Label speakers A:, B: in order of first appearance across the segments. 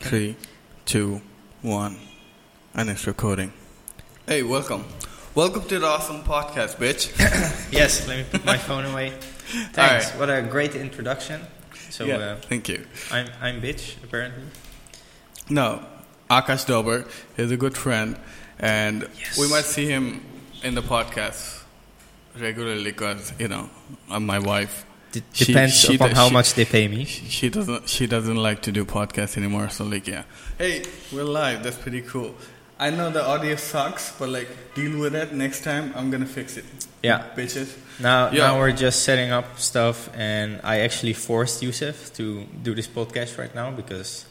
A: Three, two, one, and it's recording. Hey, welcome. Welcome to the awesome podcast, bitch.
B: Yes, let me put my phone away. Thanks. What a great introduction. So
A: yeah,
B: uh,
A: thank you.
B: I'm I'm bitch apparently.
A: Now, Akash Dober is a good friend, and
B: Yes.
A: we might see him in the podcast regularly because you know uh, my wife.
B: D-
A: She-
B: depends
A: she
B: upon
A: does-
B: how
A: she-
B: much they pay me.
A: She she doesn't. She doesn't like to do podcasts anymore. So like, yeah. Hey, we're live. That's pretty cool. I know the audio sucks, but like, deal with it. Next time, I'm gonna fix it.
B: Yeah.
A: bitches.
B: Now
A: Yeah.
B: now we're just setting up stuff, and I actually forced Yusuf to do this podcast right now because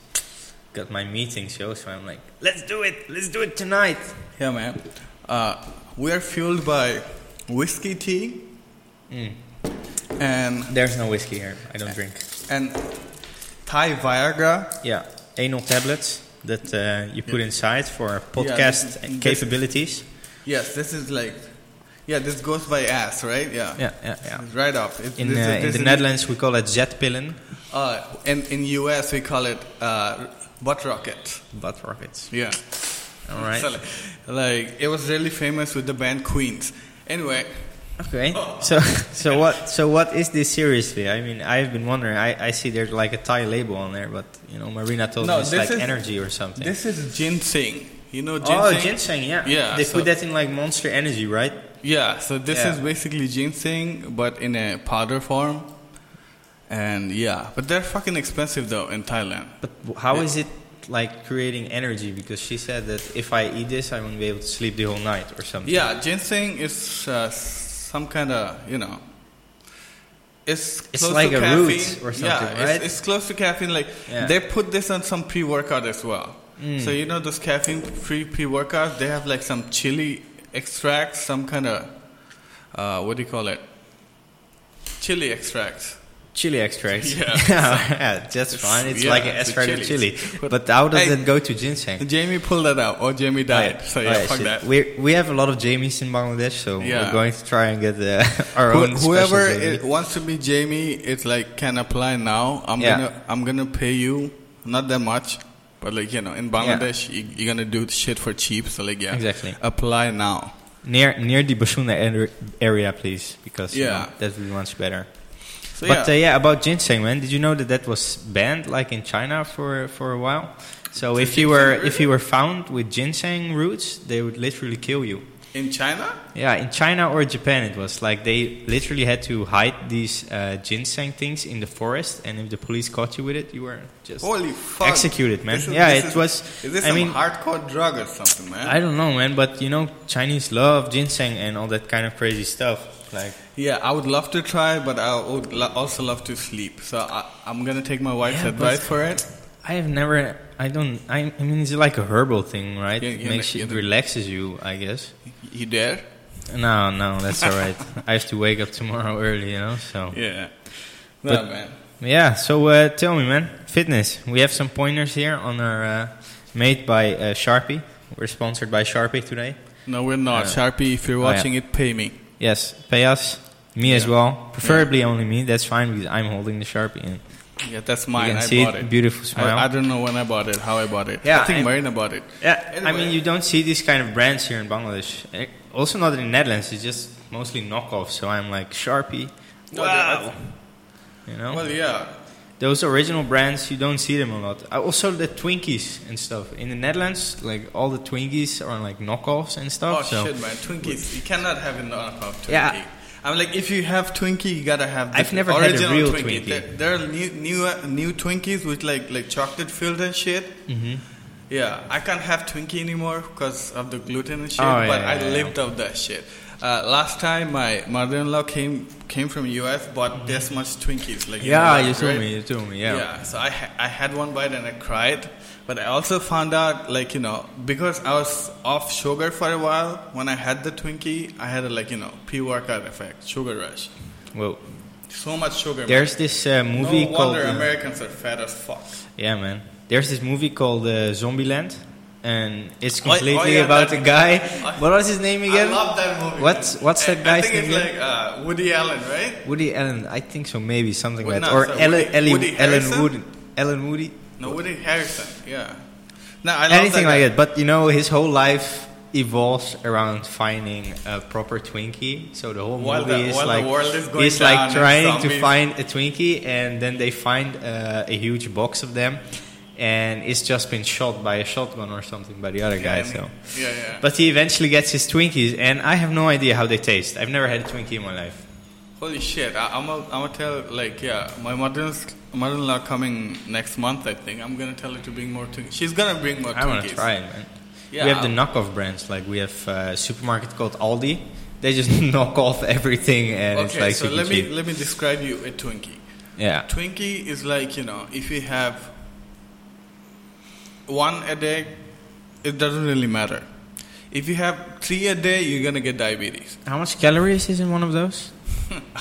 B: got my meeting show. So I'm like, let's do it. Let's do it tonight.
A: Yeah, man. Uh, we are fueled by whiskey tea
B: Mm.
A: and
B: There's no whiskey here. I don't drink.
A: and Thai Viagra.
B: Yeah, anal tablets that uh, you put inside for
A: this-
B: podcast
A: this-
B: capabilities.
A: Yes, this is like, yeah, this goes by ass, right? Yeah,
B: Yeah, yeah, yeah.
A: It's right off. It's,
B: In,
A: this is-
B: uh, in
A: this
B: the
A: is-
B: Netherlands, we call it jetpillen.
A: Uh, in in US, we call it uh, butt rocket.
B: Butt rockets.
A: Yeah.
B: All right.
A: So, like, like, it was really famous with the band Queens. Anyway,
B: Okay.
A: Oh.
B: So, so what? So what is this seriously? I mean, I've been wondering. I, I see there's like a Thai label on there, but you know, Marina told
A: No,
B: me it's
A: this
B: like
A: is-
B: energy or something.
A: this is ginseng. You know ginseng?
B: oh, ginseng. Yeah.
A: Yeah,
B: They
A: so-
B: put that in like Monster Energy, right?
A: Yeah, so this
B: Yeah.
A: is basically ginseng, but in a powder form. And yeah, but they're fucking expensive though in Thailand.
B: But w- how
A: Yeah.
B: is it like creating energy? Because she said that if I eat this, I won't be able to sleep the whole night or something.
A: Yeah, ginseng is uh, some kind of, you know, it's
B: It's
A: close to
B: like a
A: caffeine.
B: root or something,
A: yeah, it's-
B: right?
A: It's, close to caffeine. Like
B: Yeah. Mm.
A: they put this on some pre-workout as well. So you know those caffeine-free pre-workouts, they have like some chili extracts, some kind of, uh, what do you call it? Chili extracts.
B: Chili extracts.
A: Yeah.
B: yeah, that's fine. It's
A: yeah,
B: like an
A: it's a
B: extract of
A: chili.
B: chili. But how does
A: Hey.
B: it go to ginseng?
A: Jamie pulled that out, or Jamie died. So yeah,
B: Oh, yeah,
A: fuck
B: shit.
A: that.
B: We we have a lot of Jamies in Bangladesh, so
A: Yeah.
B: we're going to try and get uh, our own.
A: Who-
B: special
A: whoever
B: Jamie.
A: it wants to be Jamie, it's like can apply now. I'm
B: Yeah.
A: gonna I'm gonna pay you not that much, but like you know, in Bangladesh, you, you're gonna do shit for cheap. So like yeah,
B: Exactly.
A: Apply now.
B: near near the Basuna ar- area, please, because you
A: Yeah.
B: know, that would be much better.
A: So
B: but
A: yeah,
B: Uh, yeah, about ginseng, man. Did you know that that was banned, like in China, for for a while? So if you were if you were found with ginseng roots, they would literally kill you.
A: in China,
B: Yeah, in China or Japan, it was like they literally had to hide these uh, ginseng things in the forest, and if the police caught you with it, you were just
A: holy fuck,
B: executed, man.
A: This is-
B: yeah,
A: this
B: it
A: is-
B: was.
A: Is this
B: I
A: some
B: mean,
A: hardcore drug or something, man?
B: I don't know, man, but you know, Chinese love ginseng and all that kind of crazy stuff. Like,
A: yeah, I would love to try, but I would lo- also love to sleep. So I, I'm gonna take my wife's
B: Yeah, but-
A: advice for it.
B: I have never. I don't. I, I mean, it's like a herbal thing, right?
A: Yeah,
B: it
A: yeah,
B: makes
A: yeah,
B: it
A: the-
B: relaxes you, I guess.
A: You dare?
B: No, no, that's all right. I have to wake up tomorrow early, you know. So
A: Yeah. No,
B: But-
A: man.
B: yeah. So uh, tell me, man, fitness. We have some pointers here on our uh, made by uh, Sharpie. We're sponsored by Sharpie today.
A: No, we're not.
B: Yeah.
A: Sharpie, if you're
B: Oh, yeah.
A: watching it, pay me.
B: Yes, pay us. Me as
A: Yeah.
B: well. Preferably only me. That's fine because I'm holding the Sharpie. And
A: Yeah, that's mine.
B: You can
A: I
B: see
A: bought
B: it,
A: it.
B: beautiful smile.
A: I, I don't know when I bought it, how I bought it.
B: Yeah,
A: I think
B: I-
A: Marina bought it.
B: Yeah, I
A: Anyway.
B: mean, you don't see these kind of brands here in Bangladesh. Eh, Also, not in the Netherlands. It's just mostly knockoffs. So I'm like Sharpie.
A: Well,
B: Wow. You know,
A: Well, yeah.
B: those original brands you don't see them a lot. I- Also, the Twinkies and stuff in the Netherlands, like all the Twinkies are like knockoffs and stuff.
A: Oh
B: so
A: shit, man! Twinkies. You cannot have enough of Twinkie.
B: Yeah.
A: I'm like, if you have Twinkie, you gotta have. The
B: I've never had a
A: original
B: real Twinkie.
A: There, there are new, new, uh, new Twinkies with like like chocolate filled and shit.
B: Mhm.
A: Yeah, I can't have Twinkie anymore because of the gluten and shit.
B: Oh, yeah,
A: but I
B: yeah, yeah.
A: lived off that shit. Uh, last time, my mother-in-law came came from US, bought this much Twinkies. Like in a
B: Mm-hmm. yeah,
A: lot,
B: you told
A: right?
B: me, you told me,
A: Yeah.
B: yeah.
A: so I ha- I had one bite and I cried, but I also found out like you know because I was off sugar for a while when I had the Twinkie, I had a like you know pre workout effect, sugar rush,
B: Well,
A: so much sugar. man.
B: there's this uh, movie
A: no
B: called
A: wonder
B: uh,
A: Americans are fat as fuck.
B: Yeah, man. There's this movie called uh, Zombieland, and it's
A: Oh, oh,
B: completely
A: yeah,
B: about
A: that-
B: a guy.
A: I-
B: What was his name again?
A: I love that movie.
B: What's-
A: man.
B: what's that
A: I-
B: guy's
A: I think
B: name
A: it's like uh, Woody Allen, right?
B: Woody Allen, I think so, maybe something
A: Well,
B: like that,
A: no,
B: or
A: so
B: Ellen,
A: Woody-
B: Ellen,
A: Woody
B: Ellen
A: Harrison?
B: Wood, Ellen Woody.
A: No, Woody Harrison. Yeah. No, I love
B: anything
A: that
B: like
A: guy.
B: it. But you know, his whole life evolves around finding a proper Twinkie. So the whole
A: While the-
B: movie is
A: while the
B: like
A: world is going
B: he's
A: down
B: like
A: and
B: trying to
A: zombies-
B: find a Twinkie, and then they find uh, a huge box of them, and it's just been shot by a shotgun or something by the other guy.
A: Yeah,
B: So.
A: yeah, yeah.
B: But he eventually gets his Twinkies, and I have no idea how they taste. I've never had a Twinkie in my life.
A: Holy shit! I, I'm gonna I'm tell like yeah, my mother's mother-in-law coming next month. I think I'm gonna tell her to bring more Twinkies. She's gonna bring more
B: I want to
A: Twinkies.
B: try it, man.
A: Yeah,
B: we have the
A: I'll-
B: knockoff brands. Like we have a supermarket called Aldi. They just knock off everything, and it's
A: Okay,
B: like
A: so
B: super
A: let me
B: cheap.
A: let me describe you a Twinkie.
B: yeah.
A: Twinkie is like you know if you have one a day, it doesn't really matter. If you have three a day, you're gonna get diabetes.
B: How much calories is in one of those?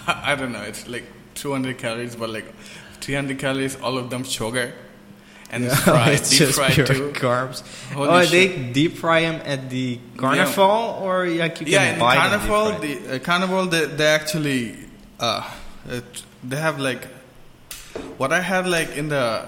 A: I don't know. It's like 200 calories, but like 300 calories, all of them sugar, and it's fried,
B: Oh, it's
A: deep
B: just
A: fried
B: pure
A: too.
B: carbs.
A: Holy
B: oh, they
A: shit.
B: deep fry them at the carnival, or like you can
A: yeah, in
B: buy
A: carnival,
B: them deep
A: the uh, carnival they, they actually uh, it, they have like what I had like in the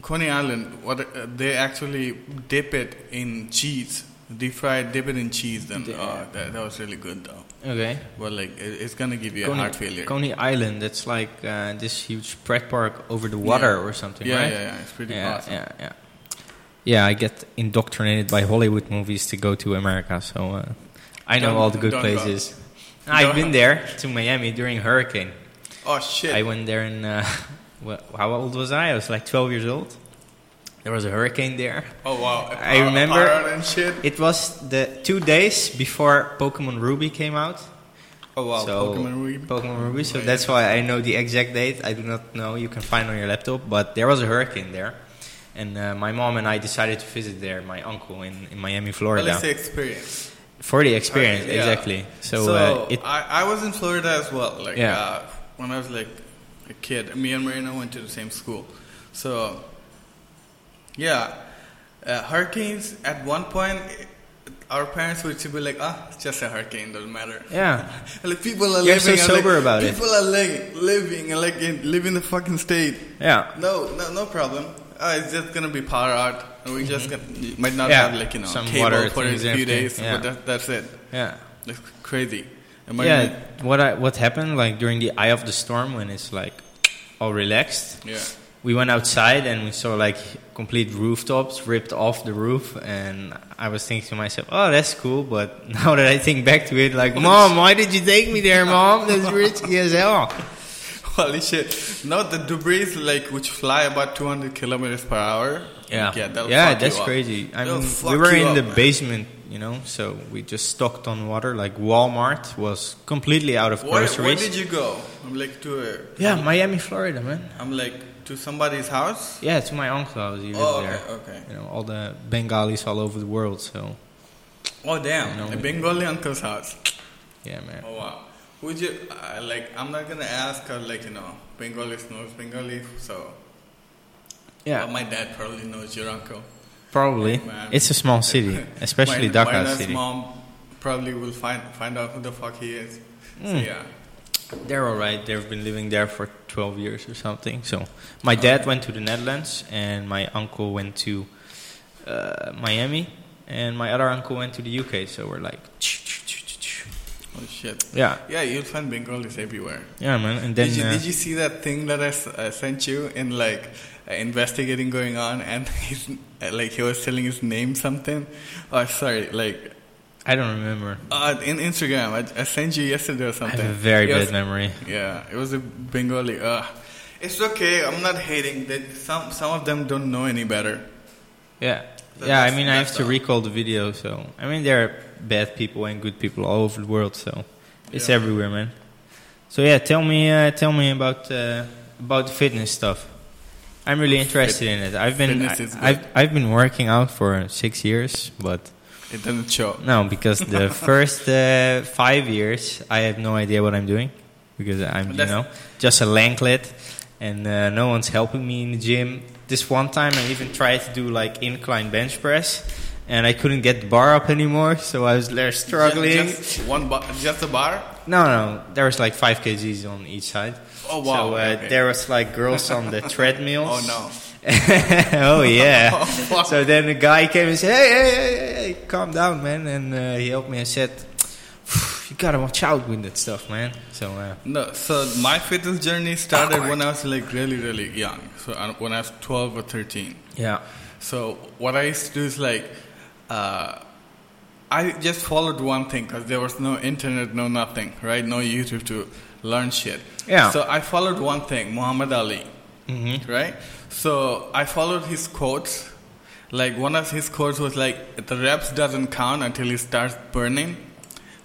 A: Coney Island. What uh, they actually dip it in cheese, deep fry, dip it in cheese. Then oh, that, that was really good though.
B: fried. okay.
A: Well, like it, it's gonna give you a heart
B: Coney,
A: failure.
B: Coney Island. That's like uh, this huge pret park over the water or something,
A: yeah,
B: right?
A: yeah, yeah, it's pretty
B: yeah,
A: awesome.
B: yeah, yeah. Yeah, I get indoctrinated by Hollywood movies to go to America, so uh, I know
A: Don't-
B: all the good
A: don't go.
B: places. I've been there to Miami during hurricane.
A: Oh shit!
B: I went there in uh, wha- how old was I? I was like 12 years old. There was a hurricane there.
A: oh wow! A
B: I
A: par- a
B: remember-
A: parrot and shit.
B: It was the two days before Pokemon Ruby came out.
A: Oh wow!
B: so
A: Pokemon Ruby.
B: Pokemon Ruby. So
A: Yeah.
B: that's why I know the exact date. I do not know. You can find on your laptop, but there was a hurricane there, and uh, my mom and I decided to visit there. My uncle in, in Miami,
A: Well,
B: Florida,
A: it's the experience.
B: for the experience.
A: Okay, yeah.
B: Exactly. So, uh, it
A: I, I was in Florida as well. Like
B: Yeah.
A: uh, when I was like a kid, me and Marina went to the same school. So yeah, uh, hurricanes. At one point, our parents would be like, "Ah, it's just a hurricane. Doesn't matter."
B: yeah.
A: Like people are
B: You're so
A: living and, like,
B: sober about it.
A: People are like living and like in, living the fucking state.
B: Yeah.
A: No, no, no problem. Uh, it's just gonna be power out, and we just gonna, you might not
B: Mm-hmm. Yeah,
A: have like you know
B: some
A: cable
B: water
A: for a
B: things
A: few
B: everything,
A: days,
B: yeah.
A: but that, that's it.
B: Yeah.
A: That's crazy. Am I
B: Yeah,
A: gonna-
B: what I what happened like during the eye of the storm when it's like all relaxed.
A: Yeah.
B: We went outside and we saw like complete rooftops ripped off the roof, and I was thinking to myself, "Oh, that's cool." But now that I think back to it, like, "Mom, why did you take me there, Mom? That's risky as hell."
A: Holy shit! No, the debris like which fly about 200 kilometers per hour.
B: Yeah,
A: yeah, that'll
B: yeah,
A: fuck you
B: that's
A: up.
B: crazy. I
A: That'll
B: mean,
A: fuck
B: we were
A: you
B: in
A: up,
B: the
A: man.
B: basement, you know, so we just stocked on water. Like Walmart was completely out of
A: Where, where
B: groceries.
A: did you go? I'm like to. A,
B: yeah, Miami, Florida, man.
A: I'm like to somebody's house.
B: Yeah, to my uncle house. He lived
A: Oh,
B: there.
A: okay, okay.
B: You know, all the Bengalis all over the world. So,
A: Oh damn!
B: No.
A: A Bengali uncle's house.
B: yeah, man.
A: Oh wow. Would you I like? I'm not gonna ask. Or, like you know, Bengalis knows Bengali, so
B: Yeah,
A: But my dad probably knows your uncle.
B: probably.
A: Man.
B: It's a small city, especially
A: Mine-
B: Dhaka
A: Mina's
B: city.
A: mom probably will find find out who the fuck he is. So,
B: Mm.
A: yeah.
B: They're all right. They've been living there for 12 years or something. So,
A: Oh,
B: my dad went to the Netherlands, and my uncle went to uh, Miami, and my other uncle went to the UK. So we're like,
A: Oh shit.
B: yeah,
A: Yeah, you'll find Bengalis everywhere.
B: yeah, man. And then
A: did, you,
B: uh,
A: did you see that thing that I, s- I sent you in like uh, investigating going on and he's uh, like he was telling his name something? Oh, sorry, like
B: I don't remember.
A: uh, in Instagram I, I sent you yesterday or
B: I
A: something.
B: have a very
A: It was-
B: bad memory.
A: Yeah, it was a Bengali. Uh, it's okay. I'm not hating. They, some some of them don't know any better.
B: Yeah.
A: That-
B: yeah, I
A: that's-
B: mean, I have
A: that's
B: to
A: all.
B: recall the video, so. I mean, there are bad people and good people all over the world, so. It's
A: Yeah.
B: everywhere, man. So, yeah, tell me uh, tell me about uh, about the fitness stuff. I'm really interested in it. I've been
A: fitness is
B: I, have I've been working out for 6 years, but
A: It doesn't show.
B: no, because the first uh, 5 years I have no idea what I'm doing because I'm, you
A: That's-
B: know, just a lanklet and uh, no one's helping me in the gym. This one time I even tried to do like incline bench press and I couldn't get the bar up anymore, so I was there struggling.
A: Just, just one bar, just a bar.
B: No, no, there was like 5 kgs on each side.
A: Oh, wow,
B: So uh,
A: okay.
B: there was like girls on the treadmills.
A: Oh, no.
B: oh yeah.
A: fuck.
B: so then the guy came and said, "Hey, hey, hey, hey, hey calm down, man." And uh, he helped me and said, "You gotta watch out with that stuff, man." So uh,
A: No, so my fitness journey started when I was like really, really young. So I- when I was 12 or 13.
B: yeah,
A: So what I used to do is like, uh, I just followed one thing because there was no internet, no nothing, right? No YouTube to learn shit.
B: Yeah.
A: So I followed one thing, Muhammad Ali, mm-hmm. right? So I followed his quotes. Like one of his quotes was like, "The reps doesn't count until it starts burning."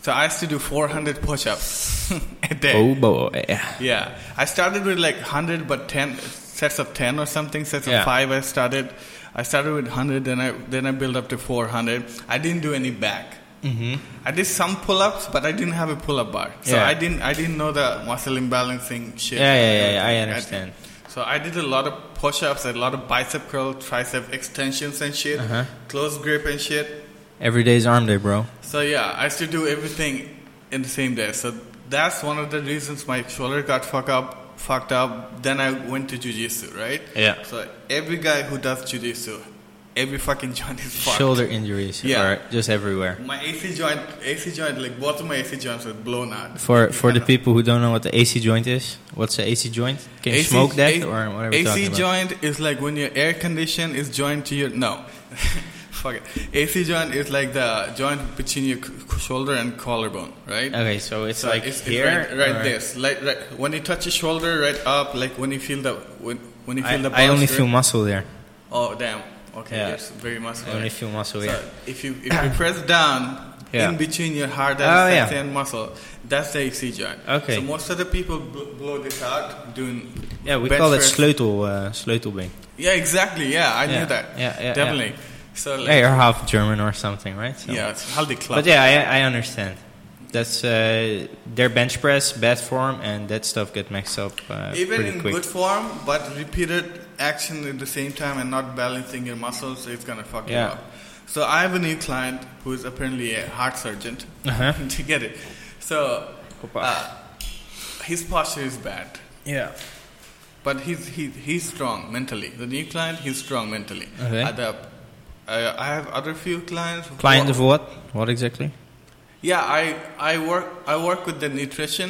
A: So I used to do 400 push-ups a day.
B: boy,
A: Yeah, I started with like hundred, but ten sets of ten or something. Sets
B: Yeah.
A: of five. I started. I started with hundred, then I then I built up to four hundred. I didn't do any back. Mm-hmm. I did some pull-ups, but I didn't have a pull-up bar, so
B: Yeah.
A: I didn't I didn't know the muscle imbalancing shit.
B: Yeah, yeah, yeah, yeah, I
A: everything.
B: understand.
A: so I did a lot of push-ups, a lot of bicep curl, tricep extensions and shit,
B: Uh-huh.
A: close grip and shit.
B: every day's arm day, bro.
A: So yeah, I used to do everything in the same day. So that's one of the reasons my shoulder got fucked up. Fucked up. Then I went to jujitsu, right?
B: Yeah.
A: So every guy who does jujitsu, every fucking joint is fucked.
B: Shoulder injuries
A: Yeah.
B: are just everywhere.
A: My AC joint, AC joint, like both of my AC joints are blown out.
B: For for the
A: Yeah.
B: people who don't know what the AC joint is, what's the AC joint? Can you
A: AC
B: smoke that
A: A-
B: or whatever?
A: AC
B: you're talking about?
A: joint is like when your air condition is joined to your no, fuck it. AC joint is like the joint between your c- c- shoulder and collarbone, right?
B: Okay, so it's
A: So
B: like
A: it's, it's
B: here,
A: right, right
B: or-
A: this, like right, when you touch your shoulder, right up, like when you feel the when when you feel
B: I,
A: the.
B: I only
A: bounce,
B: feel
A: right?
B: muscle there.
A: Oh damn! Okay,
B: Yeah.
A: that's very muscular.
B: I only feel muscle
A: So
B: here.
A: if you if you press down
B: Yeah.
A: in between your hard and
B: Oh, yeah.
A: and muscle, that's the AC joint.
B: Okay.
A: So most of the people bl- blow this out doing.
B: Yeah, we
A: bench
B: call that
A: press.
B: sleutel uh, sleutelbeen.
A: Yeah, exactly. Yeah, I
B: Yeah,
A: knew that.
B: yeah, yeah, yeah.
A: definitely. So like,
B: Yeah, you're half German or something, right? So-
A: yeah, it's healthy club.
B: But yeah, I, I understand. That's uh, their bench press, bad form, and that stuff get mixed up uh,
A: Even
B: pretty
A: in
B: quick.
A: good form, but repeated action at the same time and not balancing your muscles, it's gonna fuck
B: Yeah.
A: you up. So I have a new client who is apparently a heart surgeon.
B: Uh-huh.
A: to get it, so
B: Hoppa.
A: uh, his posture is bad,
B: yeah.
A: but he's he, he's strong mentally. The new client, he's strong mentally.
B: Okay.
A: Other, uh, I have other few clients. who
B: Client
A: are-
B: of what? What exactly?
A: yeah, I I work I work with the nutrition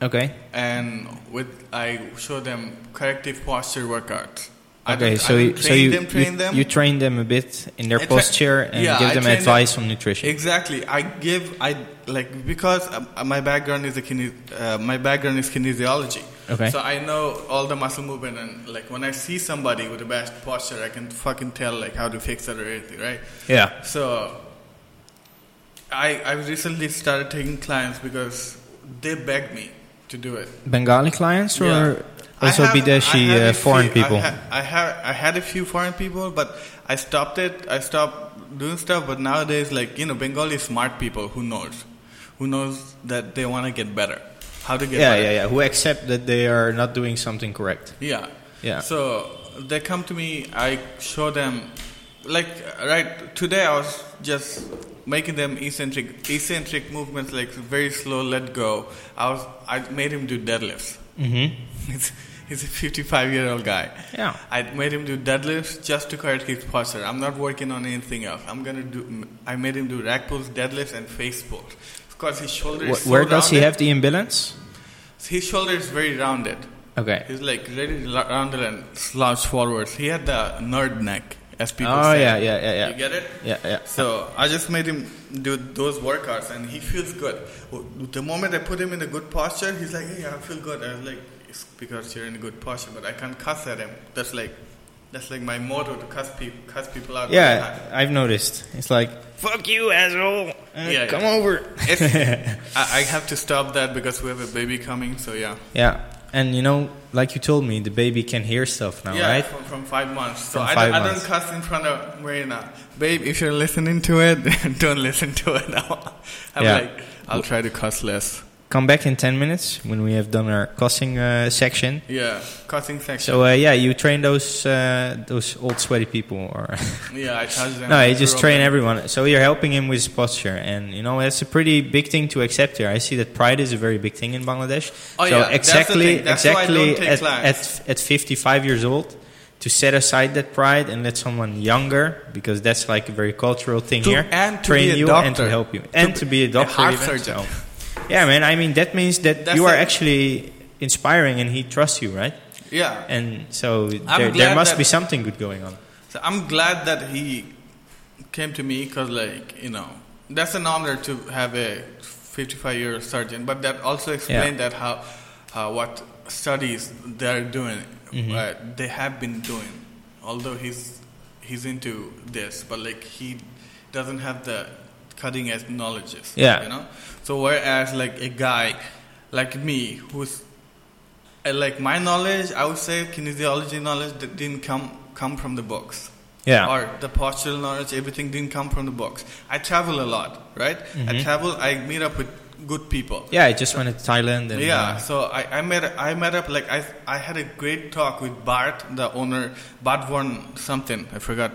B: Okay.
A: and with I show them corrective posture workouts. I
B: Okay.
A: don't- I
B: so
A: don't
B: you,
A: train
B: so you,
A: them, train
B: you,
A: them.
B: you train them a bit in their
A: I tra-
B: posture and
A: Yeah,
B: give
A: I
B: them
A: train
B: advice on nutrition.
A: exactly. I give I like because uh, my background is a kine- uh, my background is kinesiology.
B: Okay.
A: So I know all the muscle movement and like when I see somebody with a bad posture, I can fucking tell like how to fix it or anything, right?
B: yeah.
A: So I I recently started taking clients because they begged me to do it.
B: Bengali clients or
A: I
B: also
A: have- I
B: Bideshi
A: had
B: uh,
A: a
B: foreign
A: few-
B: people?
A: I had, I had I had a few foreign people, but I stopped it. I stopped doing stuff. But nowadays, like you know, Bengali smart people who knows, who knows that they want to get better, how to get
B: yeah,
A: better.
B: yeah, yeah. Who accept that they are not doing something correct?
A: Yeah.
B: Yeah.
A: So they come to me. I show them, like right today. I was just making them eccentric, eccentric movements, like very slow, let go. I was I made him do deadlifts.
B: Mm-hmm.
A: He's, he's a 55 year old guy.
B: Yeah.
A: I made him do deadlifts just to correct his posture. I'm not working on anything else. I'm gonna do. I made him do rack pulls, deadlifts, and face pulls. Of course, his shoulder is so
B: Where does he
A: rounded.
B: have the imbalance?
A: His shoulder is very rounded.
B: Okay.
A: He's like really lo- rounded and slouched forwards. He had the nerd neck, as people
B: Oh
A: say.
B: yeah, yeah, yeah, yeah.
A: You get it?
B: Yeah, yeah.
A: So I just made him do those workouts, and he feels good. W- The moment I put him in a good posture, he's like, "Hey, I feel good." I was like, "It's because you're in a good posture." But I can't cuss at him. That's like, that's like my motto to cuss people, cuss people out. all the time.
B: Yeah, I've noticed. It's like fuck you, asshole. Uh,
A: yeah.
B: come over.
A: It's- I, I have to stop that because we have a baby coming. So yeah,
B: yeah, and you know, like you told me, the baby can hear stuff now,
A: yeah,
B: right?
A: from, from five months. So
B: From
A: I,
B: five
A: don't,
B: months.
A: I don't cuss in front of Marina, babe. If you're listening to it, don't listen to it. I'm
B: Yeah.
A: like, I'll try to cuss less.
B: Come back in ten minutes when we have done our cussing uh, section.
A: Yeah, cussing section.
B: So uh, yeah, you train those uh, those old sweaty people, or
A: Yeah, I charge them.
B: no, you just
A: Throw
B: train
A: them.
B: everyone. So you're helping him with his posture, and you know that's a pretty big thing to accept here. I see that pride is a very big thing in Bangladesh.
A: Oh,
B: so
A: yeah, that's the
B: exactly,
A: thing. That's why I
B: exactly
A: don't take
B: at,
A: clients.
B: at at 55 years old, to set aside that pride and let someone younger, because that's like a very cultural thing
A: To-
B: here,
A: and to
B: train
A: be a
B: you and to
A: doctor.
B: help you,
A: To
B: and
A: be-
B: to be a
A: a
B: doctor.
A: heart
B: even,
A: surgeon.
B: so. Yeah, man. I mean, that means that
A: That's
B: you are
A: it.
B: actually inspiring, and he trusts you, right?
A: Yeah.
B: And so there,
A: glad
B: there must
A: that-
B: be something good going on.
A: So I'm glad that he came to me because, like, you know, that's an honor to have a 55 year surgeon, but that also explained that how, how what studies they're doing,
B: Mm-hmm.
A: what they have been doing. Although he's he's into this, but like he doesn't have the cutting edge knowledges.
B: Yeah.
A: you know. So whereas like a guy like me who's uh, like my knowledge, I would say kinesiology knowledge that didn't come come from the books.
B: Yeah.
A: Or the postural knowledge, everything didn't come from the books. I travel a lot, right?
B: Mm-hmm.
A: I travel. I meet up with good people.
B: Yeah, I just went to Thailand. And,
A: Yeah,
B: uh,
A: so I, I met I met up like I I had a great talk with Bart, the owner, Bart Warren something. I forgot.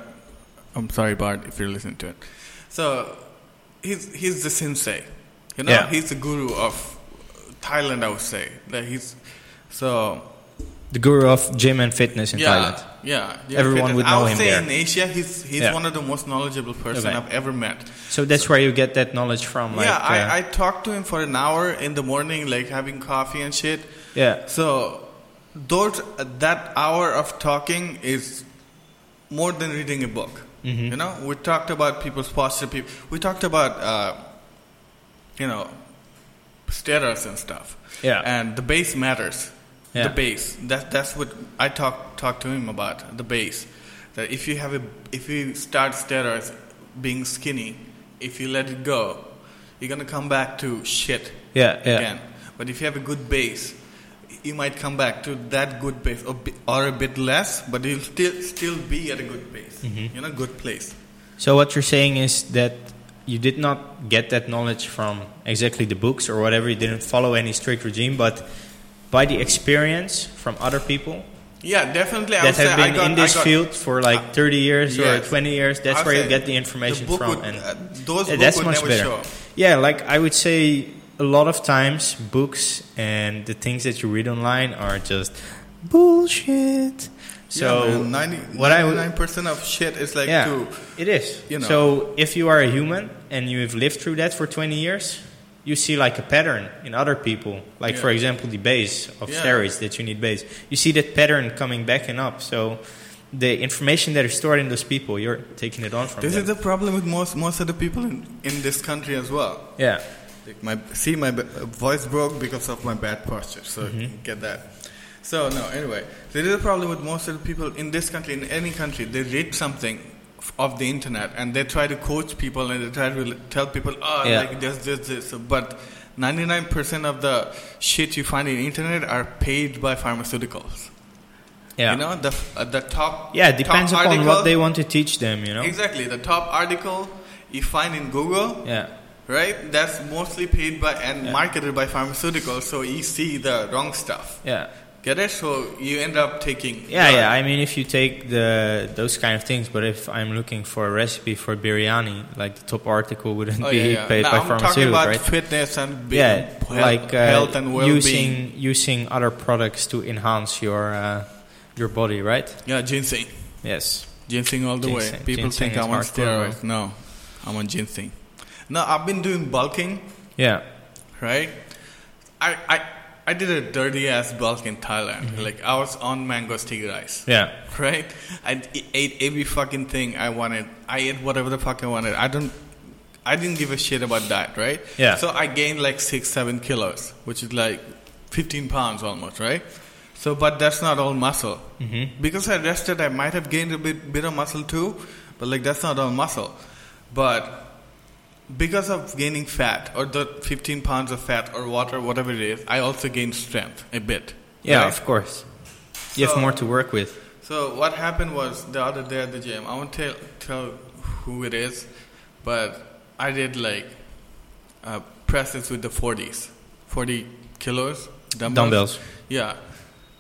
A: I'm sorry, Bart, if you're listening to it. So he's he's the sensei, you know.
B: Yeah.
A: He's the guru of Thailand, I would say. Like he's so
B: the guru of gym and fitness in
A: yeah,
B: Thailand.
A: yeah, yeah.
B: Everyone would
A: I
B: know
A: would
B: him
A: say
B: there.
A: in Asia, he's he's
B: Yeah.
A: one of the most knowledgeable person
B: Okay.
A: I've ever met.
B: So that's where you get that knowledge from. Like,
A: yeah,
B: uh,
A: I, I talked to him for an hour in the morning, like having coffee and shit.
B: yeah,
A: So, those that hour of talking is more than reading a book.
B: Mm-hmm.
A: You know, we talked about people's posture. People, we talked about uh, you know steroids and stuff.
B: Yeah.
A: and the base matters.
B: Yeah.
A: The base. That that's what I talk talk to him about. The base. That if you have a if you start steroids being skinny, if you let it go, you're gonna come back to shit
B: yeah, yeah.
A: again. But if you have a good base, you might come back to that good base, or, bi- or a bit less, but you'll still still be at a good base.
B: Mm-hmm.
A: You know, good place.
B: So what you're saying is that you did not get that knowledge from exactly the books or whatever. You didn't follow any strict regime, but by the experience from other people
A: Yeah, definitely. I would
B: that
A: say
B: have been
A: I got,
B: in this
A: I got,
B: field for like 30 years
A: Yes.
B: or 20 years. That's
A: I'll
B: where you
A: say
B: get the information
A: book
B: from.
A: would-
B: and
A: uh, those book
B: yeah, that's
A: would
B: much
A: never
B: better.
A: show.
B: Yeah, like I would say, a lot of times books and the things that you read online are just bullshit. So
A: yeah, man, 90,
B: what I would
A: 99% of shit is like
B: yeah,
A: to
B: it is.
A: you know.
B: So if you are a human and you have lived through that for 20 years, you see like a pattern in other people. Like for
A: Yeah.
B: example, the base of
A: Yeah.
B: steroids that you need base. You see that pattern coming back and up. So the information that is stored in those people, you're taking it on from
A: This
B: them.
A: is the problem with most most of the people in, in this country as well.
B: yeah,
A: Like my see my b- voice broke because of my bad posture so
B: Mm-hmm.
A: get that so no anyway there is a problem with most of the people in this country in any country they read something f- of the internet and they try to coach people and they try to tell people oh
B: Yeah.
A: like this this this but 99% of the shit you find in internet are paid by pharmaceuticals
B: yeah,
A: you know the f- uh, the top
B: yeah. It depends
A: top
B: upon
A: article-
B: what they want to teach them. You know.
A: exactly the top article you find in google
B: Yeah.
A: right? That's mostly paid by and marketed by pharmaceuticals, so you see the wrong stuff.
B: Yeah.
A: Get it? So you end up taking.
B: Yeah, yeah. I mean, if you take the those kind of things, but if I'm looking for a recipe for biryani, like the top article wouldn't
A: Oh,
B: be
A: yeah, yeah.
B: paid
A: Now,
B: by
A: I'm talking
B: pharmaceuticals,
A: about
B: right?
A: fitness and being
B: yeah,
A: health,
B: like uh,
A: health and well-being.
B: using using other products to enhance your uh, your body, right?
A: yeah, ginseng,
B: Yes.
A: ginseng all the way.
B: Ginseng-
A: People
B: ginseng
A: think I'm
B: is
A: on
B: hardcore,
A: steroids. No, I'm on ginseng. No, I've been doing bulking,
B: Yeah.
A: right? I I. I did a dirty ass bulk in Thailand.
B: Mm-hmm.
A: Like I was on mango sticky rice.
B: Yeah.
A: right? I d- ate every fucking thing I wanted. I ate whatever the fuck I wanted. I don't. I didn't give a shit about that, right?
B: Yeah.
A: So I gained like six, seven kilos, which is like fifteen pounds almost, right? So, but that's not all muscle. Mm-hmm. Because I rested, I might have gained a bit bit of muscle too, but like that's not all muscle. But because of gaining fat or the fifteen pounds of fat or water, whatever it is, I also gained strength a bit.
B: Yeah.
A: right?
B: Of course. You have
A: So-
B: more to work with.
A: So what happened was the other day at the gym. I won't tell tell who it is, but I did like uh, presses with the forties, forty kilos dumbbells.
B: Dumbbells.
A: Yeah.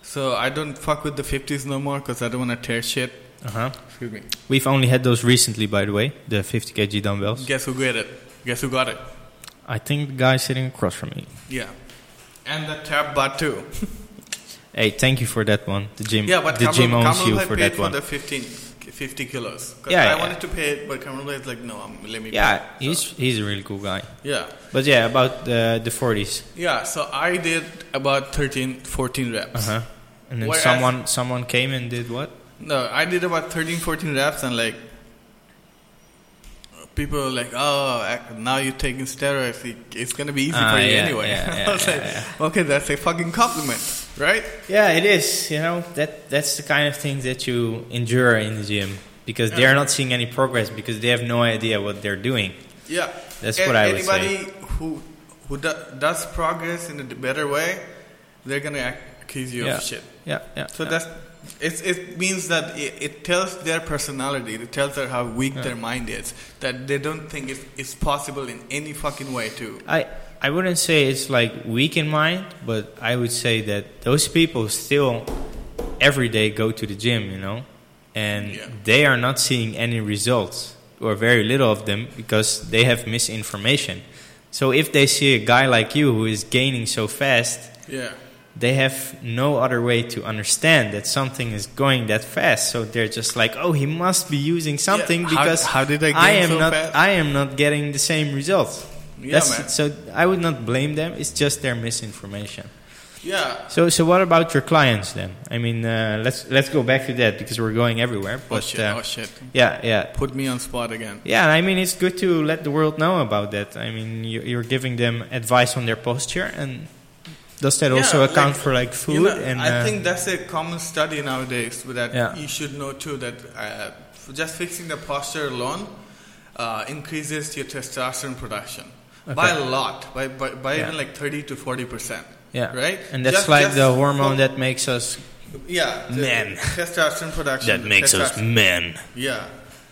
A: So I don't fuck with the fifties no more because I don't want to tear shit.
B: Uh huh.
A: Excuse me.
B: We've only had those recently, by the way, the 50 kg dumbbells.
A: Guess who got it? Guess who got it?
B: I think the guy sitting across from me.
A: Yeah. And the tap bar too.
B: Hey, thank you for that one. The gym,
A: Yeah, but
B: the
A: Kamal,
B: gym owns
A: Kamal
B: you
A: Bhai
B: for
A: paid
B: that
A: for
B: one.
A: the 15, 50 kilos. 'Cause
B: Yeah,
A: I
B: yeah.
A: wanted to pay it, but Kamal Bhai is like, no, I'm, let me. pay
B: yeah,
A: it.
B: he's he's a really cool guy.
A: yeah,
B: But yeah, about the the forties.
A: yeah. So I did about 13, 14 reps.
B: Uh huh. And then
A: Whereas-
B: someone someone came and did what?
A: No, I did about 13, 14 reps, and like people were like, oh, ac- now you're taking steroids. it- It's gonna be easy
B: Ah,
A: for you
B: yeah,
A: anyway.
B: yeah, yeah,
A: I was
B: yeah,
A: like, okay, that's a fucking compliment, right?
B: Yeah, it is. You know that that's the kind of things that you endure in the gym because they are not seeing any progress because they have no idea what they're doing.
A: Yeah,
B: That's
A: A-
B: what I would say.
A: anybody who who do, does progress in a d- better way, they're gonna ac- accuse you
B: yeah.
A: of shit.
B: Yeah, yeah.
A: So
B: yeah.
A: that's it. It means that it, it tells their personality. It tells their how weak their mind is. That they don't think it's, it's possible in any fucking way to.
B: I I wouldn't say it's like weak in mind, but I would say that those people still every day go to the gym, you know, and
A: Yeah.
B: they are not seeing any results or very little of them because they have misinformation. So if they see a guy like you who is gaining so fast,
A: Yeah.
B: they have no other way to understand that something is going that fast. So they're just like, "Oh, he must be using something
A: how-
B: because
A: how did I gain
B: am
A: so
B: not
A: fast?"
B: I am not getting the same results."
A: Yeah,
B: That's-
A: man.
B: So I would not blame them. It's just their misinformation.
A: Yeah.
B: So so what about your clients then? I mean, uh, let's let's go back to that because we're going everywhere. But
A: Oh shit.
B: uh,
A: oh shit.
B: yeah, yeah.
A: Put me on spot again.
B: Yeah, and I mean it's good to let the world know about that. I mean, you- you're giving them advice on their posture, and does that
A: Yeah,
B: also
A: like,
B: account for like food
A: You know,
B: and
A: I
B: uh,
A: think that's a common study nowadays that
B: Yeah.
A: you should know too that uh, just fixing the posture alone uh, increases your testosterone production by a lot, by by, by
B: Yeah.
A: even like thirty to forty percent.
B: Yeah.
A: Right.
B: And that's
A: Just-
B: like
A: just
B: the hormone
A: for-
B: that makes us
A: Yeah. the
B: Man.
A: Testosterone production. the testosterone-
B: men.
A: Yeah.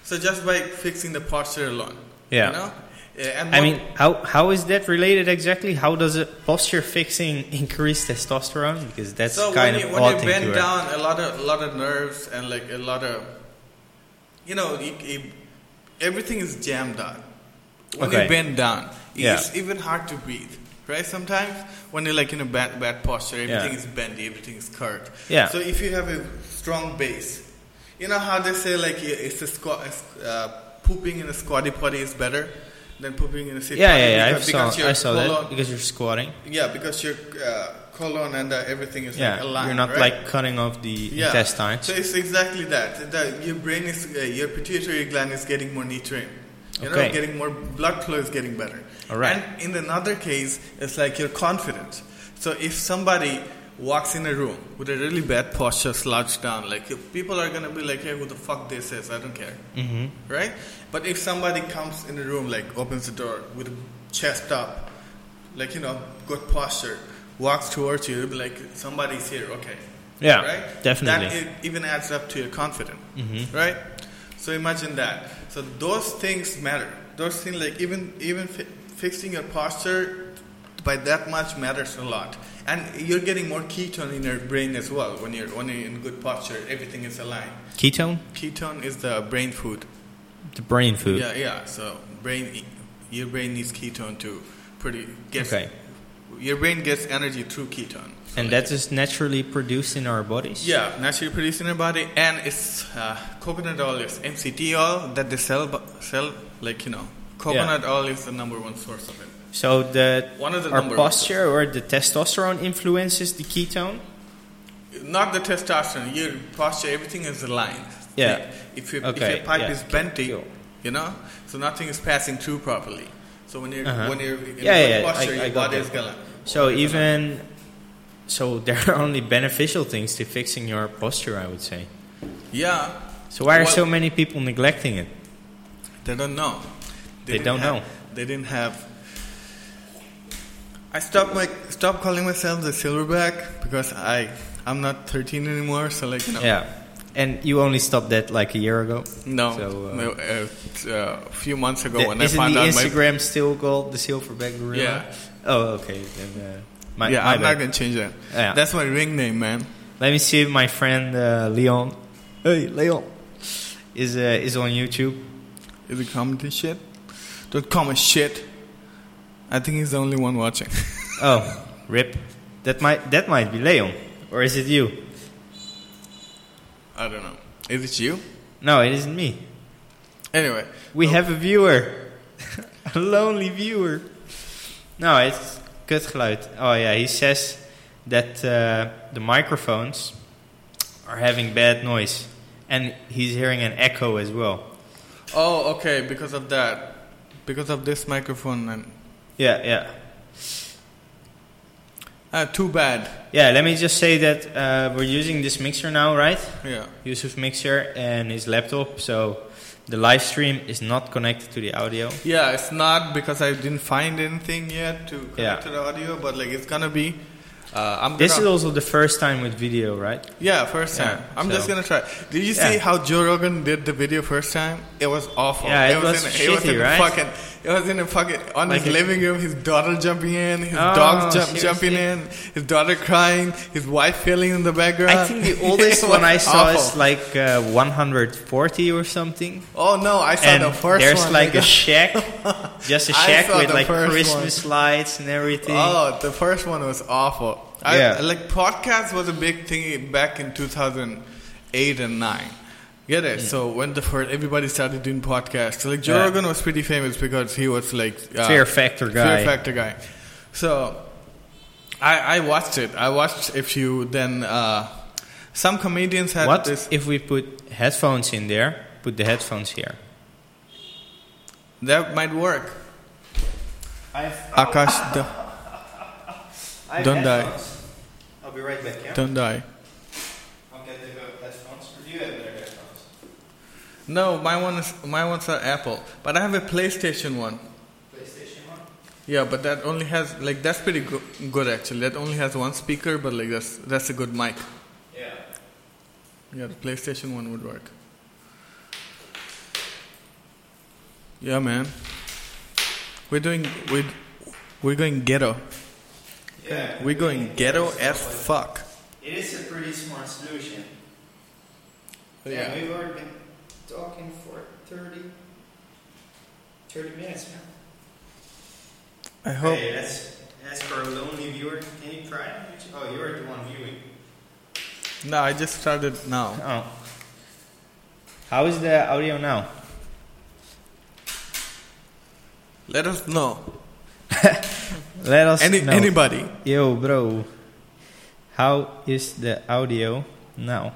A: So just by fixing the posture alone.
B: Yeah.
A: You know. Yeah, And
B: I
A: what-
B: mean, how how is that related exactly? How does it posture fixing increase testosterone? Because that's
A: So
B: kind
A: when you,
B: of
A: when
B: odd
A: you
B: thing
A: bend
B: to her.
A: down, a lot of a lot of nerves and like a lot of, you know, it, it- everything is jammed up. When
B: Okay.
A: you bend down,
B: Yeah.
A: it's even hard to breathe. Right? Sometimes when you're like in a bad bad posture, everything is bendy, everything is curved.
B: Yeah.
A: So if you have a strong base, you know how they say like yeah, it's a squat, uh, pooping in a squatty potty is better than pooping in a sit
B: Yeah,
A: potty
B: yeah, yeah. I
A: because,
B: saw,
A: because your
B: I saw
A: colon-
B: that because you're squatting.
A: yeah, because your uh, colon and uh, everything is
B: Yeah,
A: like aligned.
B: you're not
A: right?
B: like cutting off the intestines.
A: So it's exactly that. The, your brain is, uh, your pituitary gland is getting more nutrient. You
B: Okay.
A: know, getting more blood flow is getting better.
B: All right.
A: And in another case, it's like your confidence. So if somebody walks in a room with a really bad posture, slouched down, like if people are gonna be like, "Hey, who the fuck this is? I don't care." Mm-hmm. Right. But if somebody comes in a room, like opens the door with a chest up, like you know, good posture, walks towards you, you'll be like, "Somebody's here." Okay
B: yeah,
A: right?
B: definitely. Mm-hmm.
A: That e- even adds up to your confidence, right? So imagine that. So those things matter. Those things, like even even fi- fixing your posture by that much matters a lot. And you're getting more ketone in your brain as well when you're when you're in good posture. Everything is aligned.
B: Ketone,
A: Ketone is the brain food.
B: the brain food.
A: Yeah, yeah. So brain, e- your brain needs ketone to pretty gets.
B: Okay.
A: Your brain gets energy through ketone. So
B: And
A: like-
B: that is naturally produced in our bodies.
A: yeah, naturally produced in your body, and it's uh, coconut oil is MCT oil that they sell, bu- sell like you know, coconut oil is the number one source of it.
B: So the
A: One of the
B: our
A: number ones.
B: posture or the testosterone influences the ketone.
A: Not the testosterone, your posture, everything is aligned.
B: Yeah.
A: Like, if, you,
B: Okay,
A: if your pipe
B: yeah.
A: is bendy,
B: Cool.
A: you know, so nothing is passing through properly. So when you're
B: Uh-huh.
A: when you're in
B: Yeah,
A: good
B: yeah, yeah,
A: posture,
B: I-
A: your
B: I got
A: body
B: that.
A: is gonna.
B: So even so, there are only beneficial things to fixing your posture. I would say.
A: Yeah.
B: So why are
A: Well-
B: so many people neglecting it?
A: They don't know.
B: They
A: didn't
B: don't
A: have-
B: know.
A: They didn't have. I stopped my stopped calling myself the silverback because I I'm not 13 anymore. So like you know,
B: Yeah, and you only stopped that like a year ago.
A: no,
B: So, uh,
A: no, uh, it's, uh, a few months ago
B: The-
A: when I
B: isn't
A: found
B: the
A: out my
B: Instagram still called the Silverback Gorilla?
A: Yeah.
B: Oh, okay. Then, uh, my,
A: yeah
B: my
A: I'm
B: bad.
A: not gonna change that.
B: Yeah.
A: That's my ring name, man.
B: Let me see if my friend uh, Leon. Hey, Leon. Is uh, is on YouTube.
A: Is it comedy shit? Don't comment shit. I think he's the only one watching.
B: Oh, rip. That might that might be Leon. Or is it you?
A: I don't know. Is it you?
B: No, it isn't me.
A: Anyway,
B: We have a viewer. a lonely viewer. No, it's kutgeluid. Oh yeah, he says that uh, the microphones are having bad noise. And he's hearing an echo as well.
A: oh, okay, because of that, because of this microphone, and
B: Yeah, yeah.
A: ah, too bad.
B: Yeah, let me just say that uh, we're using this mixer now, right?
A: Yeah,
B: Yusuf mixer and his laptop. So the live stream is not connected to the audio.
A: yeah, it's not because I didn't find anything yet to connect
B: Yeah.
A: to the audio, but like it's gonna be. Uh, I'm
B: This is
A: gonna,
B: also the first time with video, right?
A: yeah, first
B: Yeah,
A: time. I'm just
B: so-
A: gonna try. Did you see
B: Yeah.
A: how Joe Rogan did the video first time? It was awful.
B: Yeah, it was
A: in, a- it was
B: shitty,
A: in a
B: right?
A: Fucking, it was in a fucking on
B: Like
A: his
B: a-
A: living room. His daughter jumping in, his
B: Oh,
A: dog jump,
B: seriously?
A: jumping in, his daughter crying, his wife feeling in the background.
B: I think the
A: Um, It
B: oldest one I
A: was
B: saw
A: awful.
B: is like uh, 140 or something.
A: Oh no, I saw
B: and
A: the first
B: there's
A: one.
B: like a
A: nigga.
B: shack, just a
A: I
B: shack
A: saw
B: with
A: the
B: like
A: first
B: Christmas lights and everything.
A: Oh, the first one was awful. I,
B: Yeah.
A: Like, podcast was a big thing back in 2008 and 9. Get it? So, when the first, everybody started doing podcasts. So, like, Joe
B: Yeah.
A: Rogan was pretty famous because he was, like, uh,
B: Fear Factor guy.
A: Fear Factor guy. So, I, I watched it. I watched if you then, uh, some comedians had
B: what
A: this.
B: if we put headphones in there? Put the headphones here.
A: That might work.
B: I've,
A: Akash, do-
B: I've
A: Don't die.
B: headphones. I'll be right back. Yeah.
A: don't die.
B: I'll get the uh, headphones. Do you have better headphones?
A: No, my one is my one's an Apple, but I have a PlayStation one.
B: PlayStation one.
A: Yeah, but that only has like that's pretty go- good actually. That only has one speaker, but like that's that's a good mic.
B: Yeah.
A: Yeah, the PlayStation one would work. Yeah, man. We're doing we we're going ghetto.
B: Yeah.
A: We're going ghetto as fuck.
B: It is a pretty smart solution.
A: Yeah.
B: we've already been talking for 30, 30 minutes, man.
A: I hope.
B: Hey, that's, that's for a lonely viewer. Can you try it? Oh, you're the one viewing.
A: No, I just started now.
B: Oh. How is the audio now?
A: Let us know.
B: Let us
A: Any
B: know.
A: anybody.
B: Yo, bro. How is the audio now?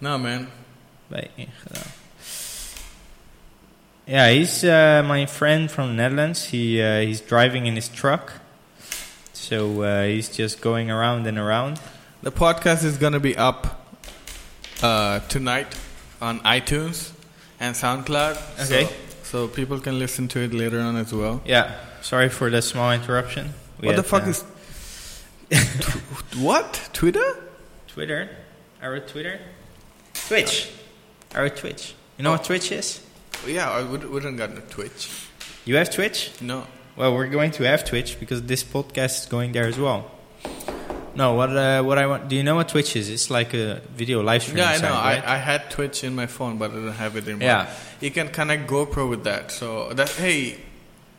A: No, man.
B: Bij ingedaan. Yeah, he's uh, my friend from Netherlands. He uh, he's driving in his truck, so uh, he's just going around and around.
A: The podcast is going to be up uh, tonight on iTunes and SoundCloud. so-
B: Okay.
A: So, people can listen to it later on as well.
B: Yeah, sorry for the small interruption. We
A: what the
B: had,
A: fuck
B: uh,
A: is. Tw- what? Twitter?
B: Twitter? Our Twitter? Twitch. Our Twitch. You know what Twitch is?
A: Yeah, I would, wouldn't got no Twitch.
B: You have Twitch?
A: No.
B: Well, we're going to have Twitch because this podcast is going there as well. No, what uh, what I want? Do you know what Twitch is? It's like a video live stream.
A: Yeah, I
B: site,
A: know.
B: right?
A: I, I had Twitch in my phone, but I don't have it anymore.
B: Yeah.
A: You can connect GoPro with that. So, that hey,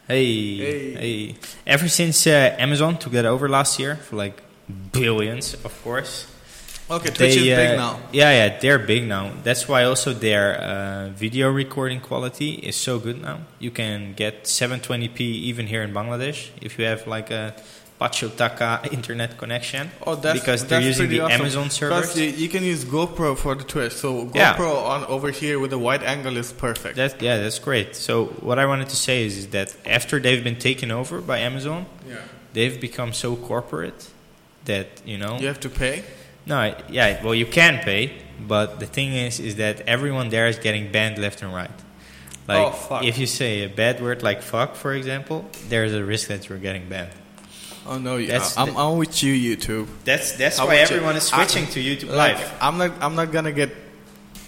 B: Hey,
A: Hey.
B: hey. Ever since uh, Amazon took that over last year for like billions, of course.
A: okay, Twitch is
B: uh,
A: big now.
B: Yeah, yeah, they're big now. That's why also their uh, video recording quality is so good now. You can get 720p even here in Bangladesh if you have like a Pachotaka internet connection.
A: Oh, that's
B: because they're
A: that's
B: using
A: pretty
B: the
A: awesome.
B: Amazon
A: Because
B: servers.
A: you, you can use GoPro for the Twitch. So GoPro
B: Yeah.
A: on over here with the wide angle is perfect.
B: That, yeah, that's great. So what I wanted to say is, is that after they've been taken over by Amazon,
A: yeah.
B: they've become so corporate that you know
A: You have to pay.
B: No, I- yeah, well, you can pay, but the thing is, is that everyone there is getting banned left and right. Like,
A: Oh, fuck.
B: if you say a bad word like fuck, for example, there's a risk that you're getting banned.
A: Oh no, yeah.
B: That's
A: I'm,
B: the-
A: I'm with you, YouTube.
B: That's that's
A: I
B: why
A: watch it.
B: everyone is switching to YouTube
A: Like,
B: Live.
A: I'm not. I'm not gonna get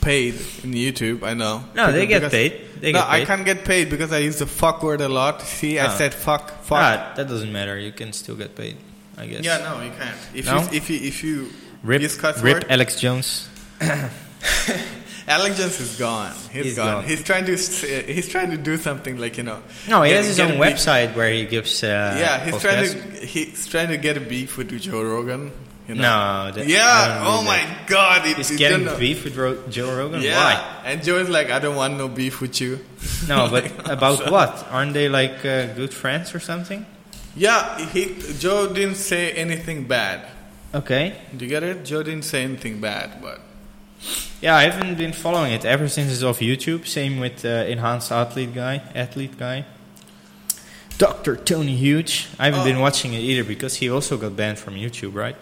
A: paid in YouTube. I know.
B: No, they get
A: Because-
B: paid. They
A: no,
B: get paid.
A: I can't get paid because I use the fuck word a lot. See, I
B: Oh.
A: said fuck, fuck.
B: Ah, that doesn't matter. You can still get paid, I guess.
A: Yeah, no, you can't. If
B: No?
A: you if you if you
B: Rip,
A: use cuss
B: rip
A: word,
B: Alex Jones.
A: Alex Jones is gone.
B: He's
A: he's gone.
B: gone.
A: He's trying to s- uh, he's trying to do something like you know.
B: No, he
A: get-
B: has his
A: get
B: own
A: a beef-
B: website where he gives. Uh,
A: Yeah, he's trying
B: podcasts.
A: to he's trying to get a beef with Joe Rogan. You know?
B: No. that- I don't
A: Yeah.
B: read
A: Oh
B: that.
A: my God. It,
B: He's
A: it
B: getting
A: don't know.
B: beef with Ro- Joe Rogan.
A: Yeah.
B: Why?
A: And Joe is like, I don't want no beef with you.
B: No, but about what? Aren't they like uh, good friends or something?
A: Yeah. He Joe didn't say anything bad.
B: Okay.
A: Do you get it? Joe didn't say anything bad, but
B: Yeah, I haven't been following it ever since it's off YouTube. Same with uh, enhanced athlete guy, athlete guy. Doctor Tony Huge. I haven't
A: Oh.
B: been watching it either because he also got banned from YouTube, right?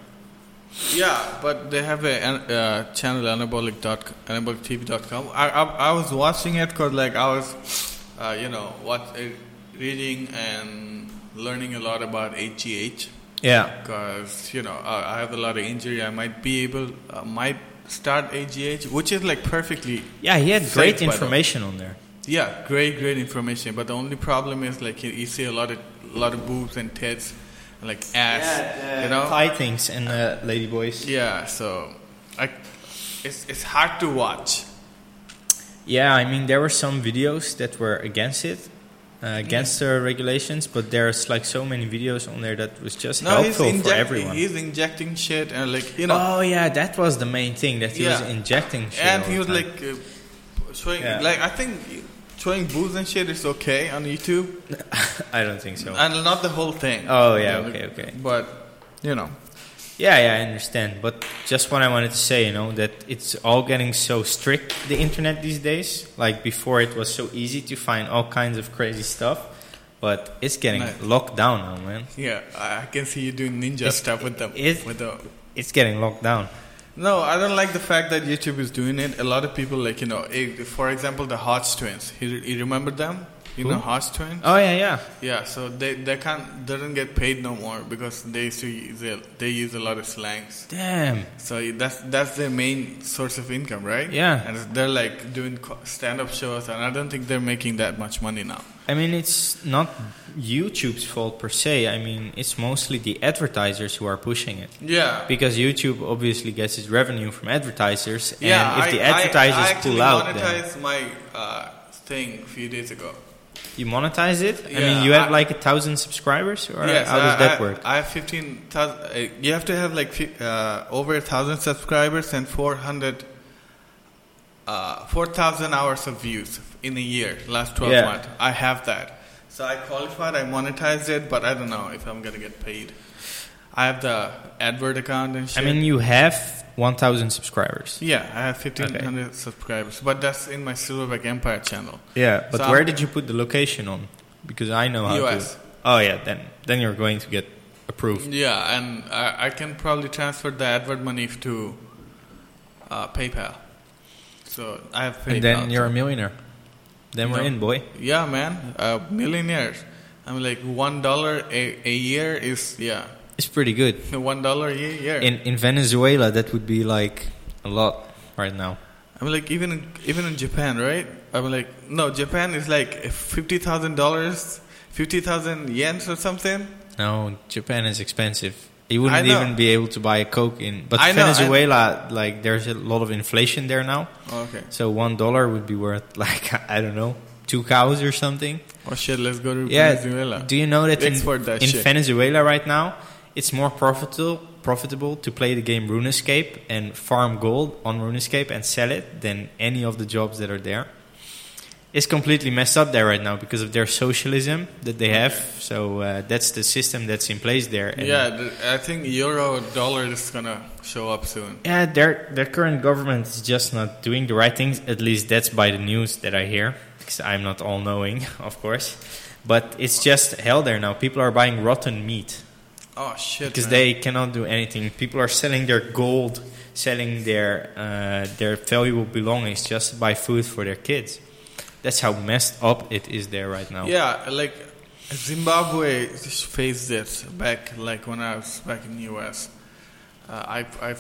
A: Yeah, but they have a an- uh, channel anabolic dot anabolictv.com. I, I I was watching it because like I was, uh, you know, what uh, reading and learning a lot about HGH
B: Yeah.
A: because you know I, I have a lot of injury. I might be able uh, might start AGH, which is like perfectly
B: Yeah, he had
A: Fake,
B: great
A: by the way.
B: information on there.
A: yeah, great, great information. But the only problem is like you, you see a lot of lot of boobs and tits, and, like ass, you know,
B: Thai things and uh, lady boys.
A: Yeah, so I, it's it's hard to watch.
B: Yeah, I mean there were some videos that were against it, uh, against the regulations, but there's like so many videos on there that was just helpful
A: inject-
B: for everyone.
A: He's injecting shit and like you know,
B: oh yeah, that was the main thing that he was
A: Yeah.
B: injecting. Shit
A: and
B: all
A: he
B: the
A: was
B: time.
A: like uh, showing
B: Oh. Yeah.
A: like I think showing boobs and shit is okay on YouTube,
B: I don't think so.
A: and not the whole thing.
B: Oh, yeah,
A: You know,
B: okay, okay.
A: But you know,
B: Yeah, yeah, I understand. But just what I wanted to say, you know, that it's all getting so strict, the internet these days. Like before, it was so easy to find all kinds of crazy stuff, but it's getting
A: Nice.
B: locked down now, man.
A: yeah, I I can see you doing ninja
B: It's-
A: stuff with them.
B: it's-
A: with the
B: It's getting locked down.
A: no, I don't like the fact that YouTube is doing it. A lot of people like you know, eh, for example, the Hodge twins. You, you remember them? You know Hodge twins.
B: Oh, yeah, yeah.
A: Yeah, so they they can't doesn't get paid no more because they used to use a, they use a lot of slangs.
B: Damn.
A: So that's that's their main source of income, right?
B: Yeah.
A: and they're like doing stand up shows, and I don't think they're making that much money now.
B: I mean, it's not YouTube's fault per se. I mean, it's mostly the advertisers who are pushing it.
A: Yeah,
B: Because YouTube obviously gets its revenue from advertisers, and
A: yeah.
B: if
A: I,
B: the
A: I, I
B: advertisers
A: actually
B: pull out, then
A: monetized my uh, thing a few days ago.
B: you monetize it. I
A: Yeah,
B: mean, you have
A: I-
B: like a thousand subscribers, or
A: yes,
B: how does
A: I,
B: that
A: I-
B: work?
A: I have fifteen thousand. You have to have like fi- uh, over a thousand subscribers and four hundred. Uh, 4,000 hours of views in a year, last 12
B: Yeah.
A: months. I have that. So I qualified, I monetized it, but I don't know if I'm going to get paid. I have the advert account and
B: I
A: shit.
B: mean, you have one thousand subscribers.
A: yeah, I have 1,500 subscribers, but that's in my Silverback Empire channel.
B: Yeah, but
A: So
B: where
A: I'm-
B: did you put the location on? Because I know how
A: US.
B: to. Oh yeah, then then you're going to get approved.
A: Yeah, and I, I can probably transfer the advert money to uh, PayPal. So I have PayPal.
B: And then you're a millionaire. Then we're
A: No.
B: in, boy.
A: yeah, man, uh, millionaires. I'm like one dollar a, a year is yeah,
B: It's pretty good.
A: one dollar a year.
B: in in Venezuela that would be like a lot right now.
A: I'm like even in, even in Japan, right? I'm like no, Japan is like fifty thousand dollars, fifty thousand yens or something.
B: No, Japan is expensive. You wouldn't
A: know.
B: even be able to buy a coke in. But
A: I know, I-
B: Venezuela, like there's a lot of inflation there now.
A: Okay.
B: So one dollar would be worth like I don't know two cows or something.
A: Oh shit, let's go to
B: Yeah.
A: Venezuela.
B: Do you know that in,
A: Export that
B: in
A: shit.
B: Venezuela right now, it's more profitable profitable to play the game RuneScape and farm gold on RuneScape and sell it than any of the jobs that are there. It's completely messed up there right now because of their socialism that they have. So uh, that's the system that's in place there. And
A: yeah, th- I think euro dollar is gonna show up soon.
B: Yeah, their their current government is just not doing the right things. At least that's by the news that I hear, because I'm not all knowing, of course. But it's just hell there now. People are buying rotten meat
A: Oh shit!
B: because
A: man.
B: they cannot do anything. People are selling their gold, selling their uh, their valuable belongings just to buy food for their kids. That's how messed up it is there right now.
A: Yeah, like Zimbabwe faced it back, like when I was back in the U.S. Uh, I, I,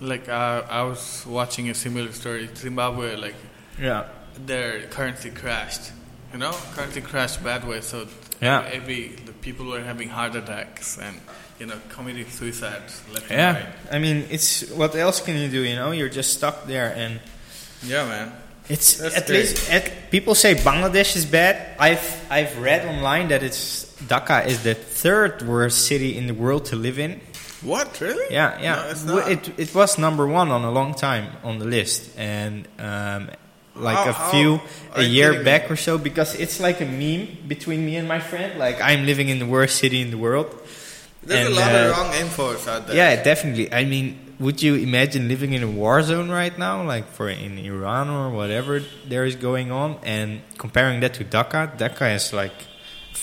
A: like I, I was watching a similar story. Zimbabwe, like
B: yeah.
A: their currency crashed, you know, currency crashed bad way. So
B: Yeah.
A: every the people were having heart attacks and you know committing suicides. Left and
B: Yeah,
A: right.
B: I mean, it's what else can you do? You know, you're just stuck there, and
A: Yeah, man.
B: It's
A: That's
B: at
A: great.
B: least at, people say Bangladesh is bad. I've I've read online that it's Dhaka is the third worst city in the world to live in.
A: What really?
B: Yeah, yeah.
A: No, it's
B: W-
A: not.
B: It it was number one on a long time on the list, and um, like
A: How-
B: a
A: how
B: few
A: are
B: a
A: you
B: year
A: kidding
B: back or so, because it's like a meme between me and my friend. Like I'm living in the worst city in the world.
A: There's
B: and,
A: a lot
B: uh,
A: of wrong infos out there.
B: Yeah, definitely. I mean, would you imagine living in a war zone right now, like for in Iran or whatever there is going on, and comparing that to Dhaka? Dhaka is like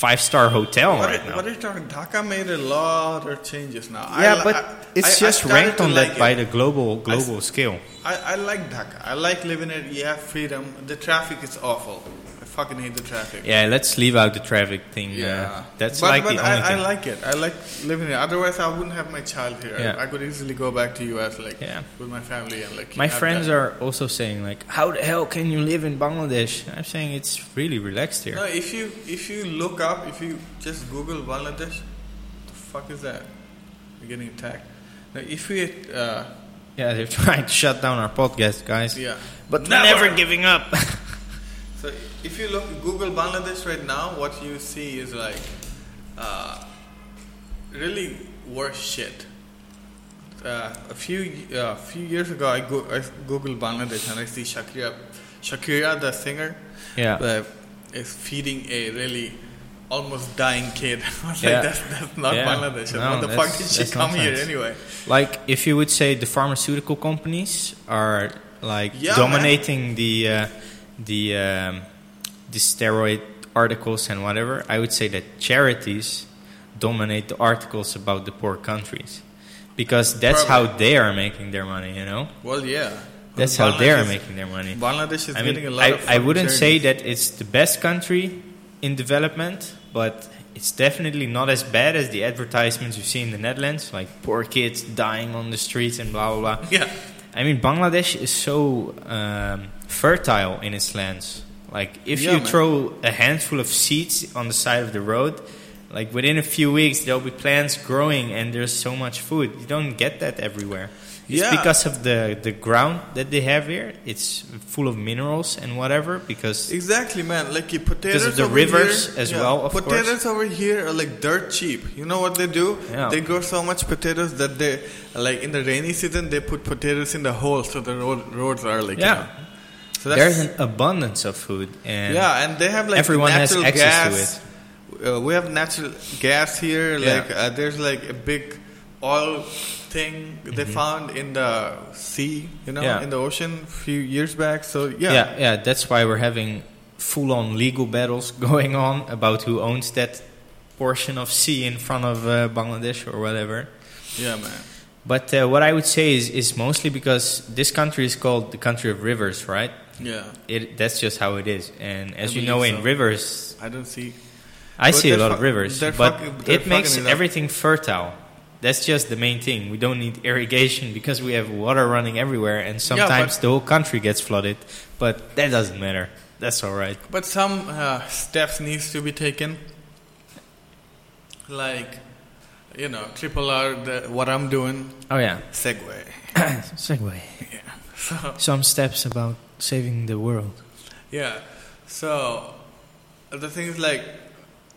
B: five star hotel
A: What,
B: right
A: are,
B: now.
A: what are you talking? Dhaka made a lot of changes now. I
B: yeah,
A: li-
B: but
A: I- I- I
B: it's just
A: started
B: ranked
A: to
B: on
A: like
B: that by
A: it.
B: the global global scale.
A: I, I like Dhaka. I like living it. You have freedom. The traffic is awful. I fucking hate the traffic.
B: Yeah, let's leave out the traffic thing. Yeah, that's
A: but,
B: like
A: but
B: the
A: I,
B: only
A: I
B: thing.
A: like it. I like living here. Otherwise, I wouldn't have my child here.
B: Yeah.
A: I could easily go back to US, like
B: Yeah.
A: with my family and like.
B: My friends are also saying like, "How the hell can you live in Bangladesh?" I'm saying it's really relaxed here.
A: No, if you if you look up, if you just Google Bangladesh, the fuck is that? You're getting attacked. Now, if we, uh,
B: Yeah, they're trying to shut down our podcast, guys.
A: yeah,
B: But
A: Never.
B: we're never giving up.
A: So if you look Google Bangladesh right now, what you see is like uh, really worse shit. Uh, a few uh, few years ago, I, go, I Googled Bangladesh and I see Shakira, Shakira the singer,
B: yeah.
A: uh, is feeding a really almost dying kid. I was
B: Yeah.
A: like, that's, that's not
B: Yeah.
A: Bangladesh.
B: No,
A: what the
B: that's-
A: fuck did she
B: that's
A: come here
B: nonsense.
A: anyway?
B: Like if you would say the pharmaceutical companies are like
A: Yeah,
B: dominating the uh, the um, the steroid articles and whatever, I would say that charities dominate the articles about the poor countries because that's how they are making their money. You know,
A: Well, yeah.
B: that's how they are
A: Bangladesh-
B: making their money.
A: Bangladesh is
B: I
A: getting
B: mean,
A: a lot
B: I,
A: of
B: I wouldn't
A: fucking
B: say that it's the best country in development, but it's definitely not as bad as the advertisements you see in the Netherlands, like poor kids dying on the streets and blah blah blah.
A: charities. Yeah.
B: I mean, Bangladesh is so um, fertile in its lands. Like, if
A: Yeah,
B: you
A: man.
B: throw a handful of seeds on the side of the road, like within a few weeks there'll be plants growing, and there's so much food. You don't get that everywhere. It's
A: Yeah.
B: because of the the ground that they have here. It's full of minerals and whatever. Because
A: Exactly, man. Like your potatoes
B: of the
A: over
B: rivers
A: here-
B: as well, of course.
A: potatoes over here are like dirt cheap. You know what they do?
B: Yeah.
A: They grow so much potatoes that they, like in the rainy season, they put potatoes in the holes so the road, roads are like
B: Yeah.
A: You know. So
B: there's an abundance of food, and
A: yeah, and they have like
B: everyone has
A: natural
B: access
A: gas. Uh, we have natural gas here.
B: Yeah.
A: Like uh, there's like a big oil thing they found in the sea. You know,
B: Mm-hmm. Yeah.
A: in the ocean a few years back. So
B: yeah, yeah. That's why we're having full-on legal battles going on about who owns that portion of sea in front of uh, Bangladesh or whatever.
A: yeah man.
B: But uh, what I would say is, is mostly because this country is called the country of rivers, right?
A: Yeah,
B: It, that's just how it is. And as
A: I
B: you know,
A: believe
B: in
A: so.
B: rivers,
A: I don't see
B: I
A: But
B: see a
A: they're
B: lot of
A: fuck-
B: rivers,
A: they're
B: but
A: fucking- they're
B: it makes
A: fucking it up.
B: everything fertile. That's just the main thing. We don't need irrigation because we have water running everywhere, and sometimes the whole country gets flooded. But that doesn't matter. That's all right.
A: But some uh, steps needs to be taken, like you know, triple R. The, what I'm doing,
B: Oh yeah.
A: Segway.
B: Segway.
A: Yeah. So
B: Some steps about saving the world.
A: yeah. So the thing is like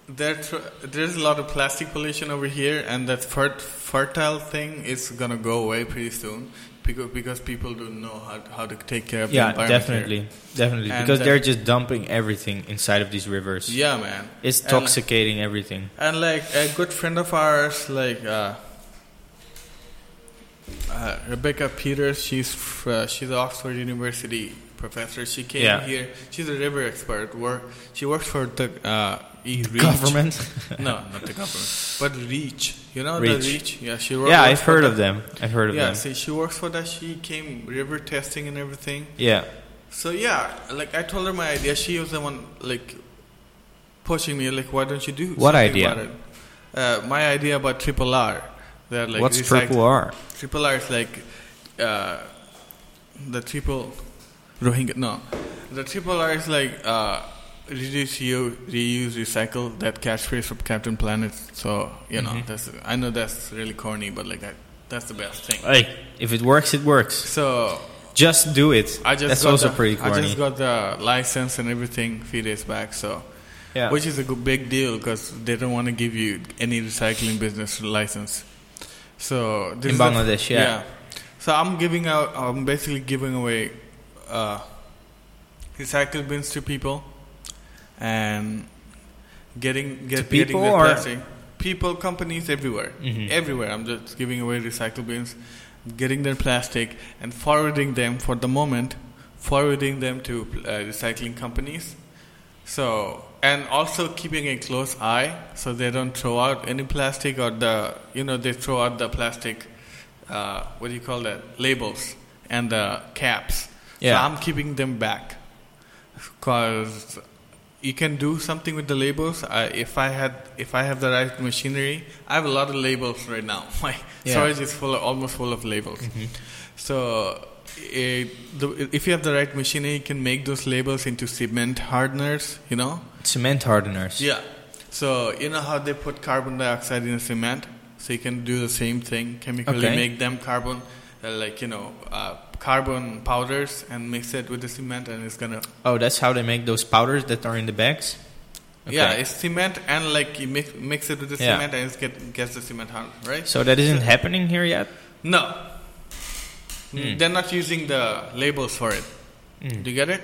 A: there tr- there's a lot of plastic pollution over here, and that fert- fertile thing is gonna go away pretty soon because because people don't know how how to take care of
B: Yeah,
A: the environment. here.
B: definitely, definitely,
A: And,
B: because
A: uh,
B: they're just dumping everything inside of these rivers.
A: Yeah, man.
B: It's
A: And-
B: toxicating everything.
A: And like a good friend of ours, like uh, uh, Rebecca Peters, she's fr- uh, she's an Oxford University professor. She came
B: Yeah.
A: here. She's a river expert. Work. She works for the uh, E-Reach.
B: Government.
A: No, not the government, but Reach. You know
B: Reach.
A: the Reach. Yeah, she. Works
B: yeah, I've heard of them. I've heard of
A: Yeah,
B: them.
A: see, she works for that. She came river testing and everything.
B: Yeah,
A: So yeah, like I told her my idea. She was the one like pushing me, like, why don't you do
B: What
A: something
B: idea?
A: About it? Uh, my idea about triple R. That like
B: what's
A: recyc-
B: triple R?
A: Triple R is like uh, the triple Rohingya. No, the triple R is like uh, reduce, you reuse, recycle. That catchphrase from Captain Planet. So you know,
B: Mm-hmm.
A: that's I
B: Uh,
A: know that's really corny, but like that, that's the best thing.
B: Hey, if it works, it works.
A: So
B: Just do it.
A: I just
B: That's
A: got
B: also
A: the,
B: pretty
A: I
B: corny.
A: just got the license and everything a few days back, so
B: yeah.
A: which is a good, big deal because they don't want to give you any recycling business license. So this
B: In
A: is the-
B: Bangladesh, yeah.
A: So I'm giving out. I'm basically giving away uh, recycle bins to people and getting get
B: people
A: getting their
B: or-
A: plastic. People, companies everywhere,
B: Mhm.
A: everywhere. I'm just giving away recycle bins, getting their plastic and forwarding them for the moment, forwarding them to uh, recycling companies. So and also keeping a close eye so they don't throw out any plastic or the you know they throw out the plastic uh, what do you call that labels and the caps.
B: Yeah.
A: So I'm keeping them back because you can do something with the labels. I, if I had if I have the right machinery, I have a lot of labels right now. My
B: Yeah.
A: storage is full of, almost full of labels. So. It, the, if you have the right machinery, you can make those labels into cement hardeners. You know,
B: Cement hardeners.
A: yeah. So you know how they put carbon dioxide in cement, so you can do the same thing chemically,
B: Okay.
A: make them carbon, uh, like you know, uh, carbon powders, and mix it with the cement, and it's gonna.
B: Oh, that's how they make those powders that are in the bags? Okay.
A: Yeah, it's cement, and like you mix mix it with the
B: Yeah.
A: cement, and it get gets the cement hard, right?
B: So that isn't happening here yet?
A: No.
B: Hmm.
A: They're not using the labels for it. Do you get it?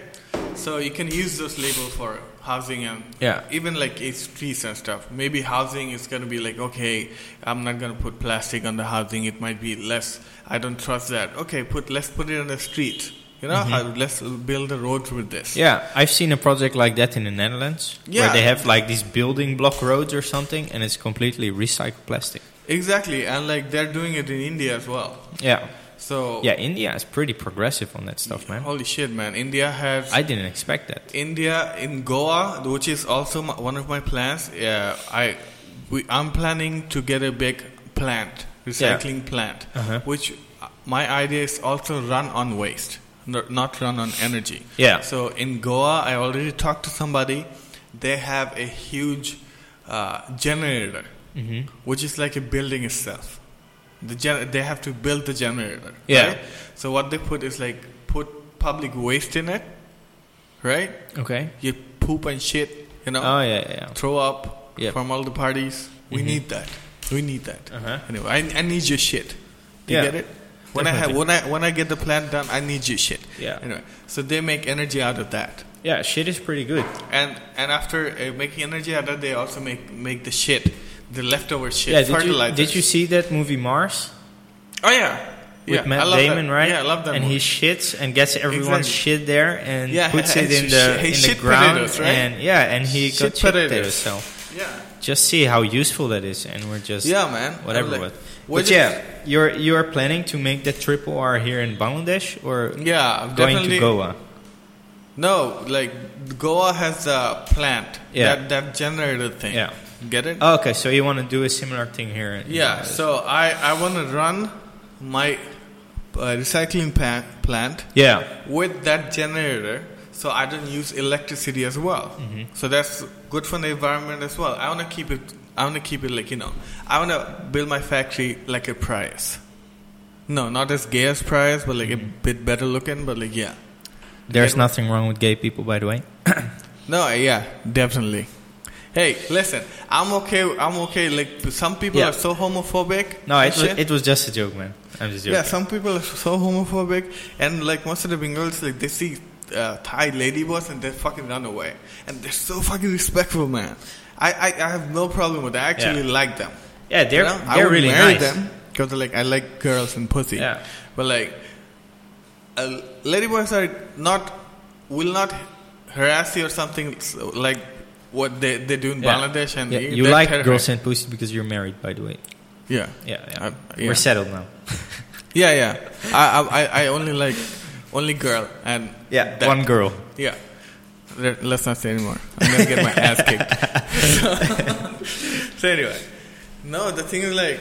A: So you can use those labels for housing and
B: Yeah.
A: even like it's trees and stuff. Maybe housing is gonna be like, okay, I'm not gonna put plastic on the housing. It might be less. I don't trust that. Okay, put let's put it on the street. You know, how- let's build a road with this.
B: Mm-hmm. Yeah, I've seen a project like that in the Netherlands where
A: Yeah.
B: they have like these building block roads or something and it's completely recycled plastic.
A: Exactly, and like they're doing it in India as well.
B: Yeah.
A: So
B: Yeah, India is pretty progressive on that stuff, man.
A: holy shit, man! India has
B: I didn't expect that.
A: India in Goa, which is also my, one of my plans. Yeah, I we, I'm planning to get a big plant, recycling plant,
B: Uh-huh.
A: which uh, my idea is also run on waste, no- not run on energy.
B: Yeah.
A: So in Goa, I already talked to somebody. They have a huge uh, generator, which is like a building itself. The gen- they have to build the generator.
B: Yeah.
A: right? So what they put is like put public waste in it, right?
B: Okay.
A: you poop and shit, you know,
B: Oh, yeah, yeah.
A: throw up
B: Yep. Mm-hmm.
A: from all the parties. We need that. We need that.
B: Uh-huh.
A: Anyway, I, I need your shit. Do you
B: Yeah.
A: get it? When I have
B: Definitely.
A: when I when I get the plant done, I need your shit.
B: Yeah.
A: Anyway, so they make energy out of that,
B: Yeah, shit is pretty good.
A: and and after uh, making energy out of that, they also make make the shit, the leftover shit,
B: Yeah, did you,
A: fertilizers.
B: did you see that movie Mars
A: Oh yeah.
B: with
A: yeah, I
B: Matt
A: love
B: Damon,
A: that.
B: right?
A: Yeah, I love that
B: And
A: movie.
B: he shits and gets everyone's
A: Exactly.
B: shit there and
A: Yeah,
B: puts
A: and
B: it in
A: he
B: the
A: shit- he
B: in
A: shit
B: the ground
A: potatoes, right?
B: and yeah, and he got
A: Shit
B: shit
A: potatoes.
B: potatoes. So
A: yeah.
B: just see how useful that is, and we're just
A: Yeah, man.
B: whatever.
A: Like,
B: what.
A: what
B: But
A: is-
B: yeah, you're you're planning to make the triple R here in Bangladesh or
A: Yeah,
B: going
A: Mm, definitely.
B: to Goa?
A: No, like Goa has a plant
B: Yeah.
A: that that generated thing.
B: Yeah.
A: Get it?
B: Oh, okay, so you want to do a similar thing here? in
A: yeah.
B: Bangladesh.
A: So I I want to run my uh, recycling pa- plant
B: yeah,
A: with that generator, so I don't use electricity as well.
B: Mm-hmm.
A: So that's good for the environment as well. I want to keep it. I want to keep it like you know. I want to build my factory like a Prius. No, not as gay as Prius, but like a
B: Mm-hmm.
A: bit better looking. But like yeah.
B: there's nothing wrong with gay people, by the way.
A: No, yeah, definitely. Hey, listen, I'm okay. I'm okay. Like some people
B: Yeah.
A: are so homophobic.
B: No,
A: and
B: it was,
A: shit.
B: it was just a joke, man. I'm just joking.
A: yeah, some people are so homophobic, and like most of the Bengals, like they see uh, Thai lady boss and they fucking run away, and they're so fucking respectful, man. I I, I have no problem with that. I actually
B: Yeah.
A: like them.
B: yeah, they're
A: you know? I
B: they're
A: would
B: really
A: marry
B: nice.
A: them because like I like girls and pussy.
B: Yeah.
A: But like, uh, lady boys are not will not harass you or something s- like what they they do in
B: Yeah.
A: Bangladesh and
B: Yeah,
A: they-
B: you
A: they're
B: like
A: terrifying.
B: girls and pussy because you're married, by the way.
A: Yeah.
B: Yeah, yeah.
A: Uh, yeah.
B: We're settled now.
A: Yeah, yeah. I I- I I only like only girl and
B: Yeah,
A: that-
B: one girl.
A: Yeah. There- Let's not say anymore. I'm gonna get my ass kicked. so, so anyway, no, the thing is like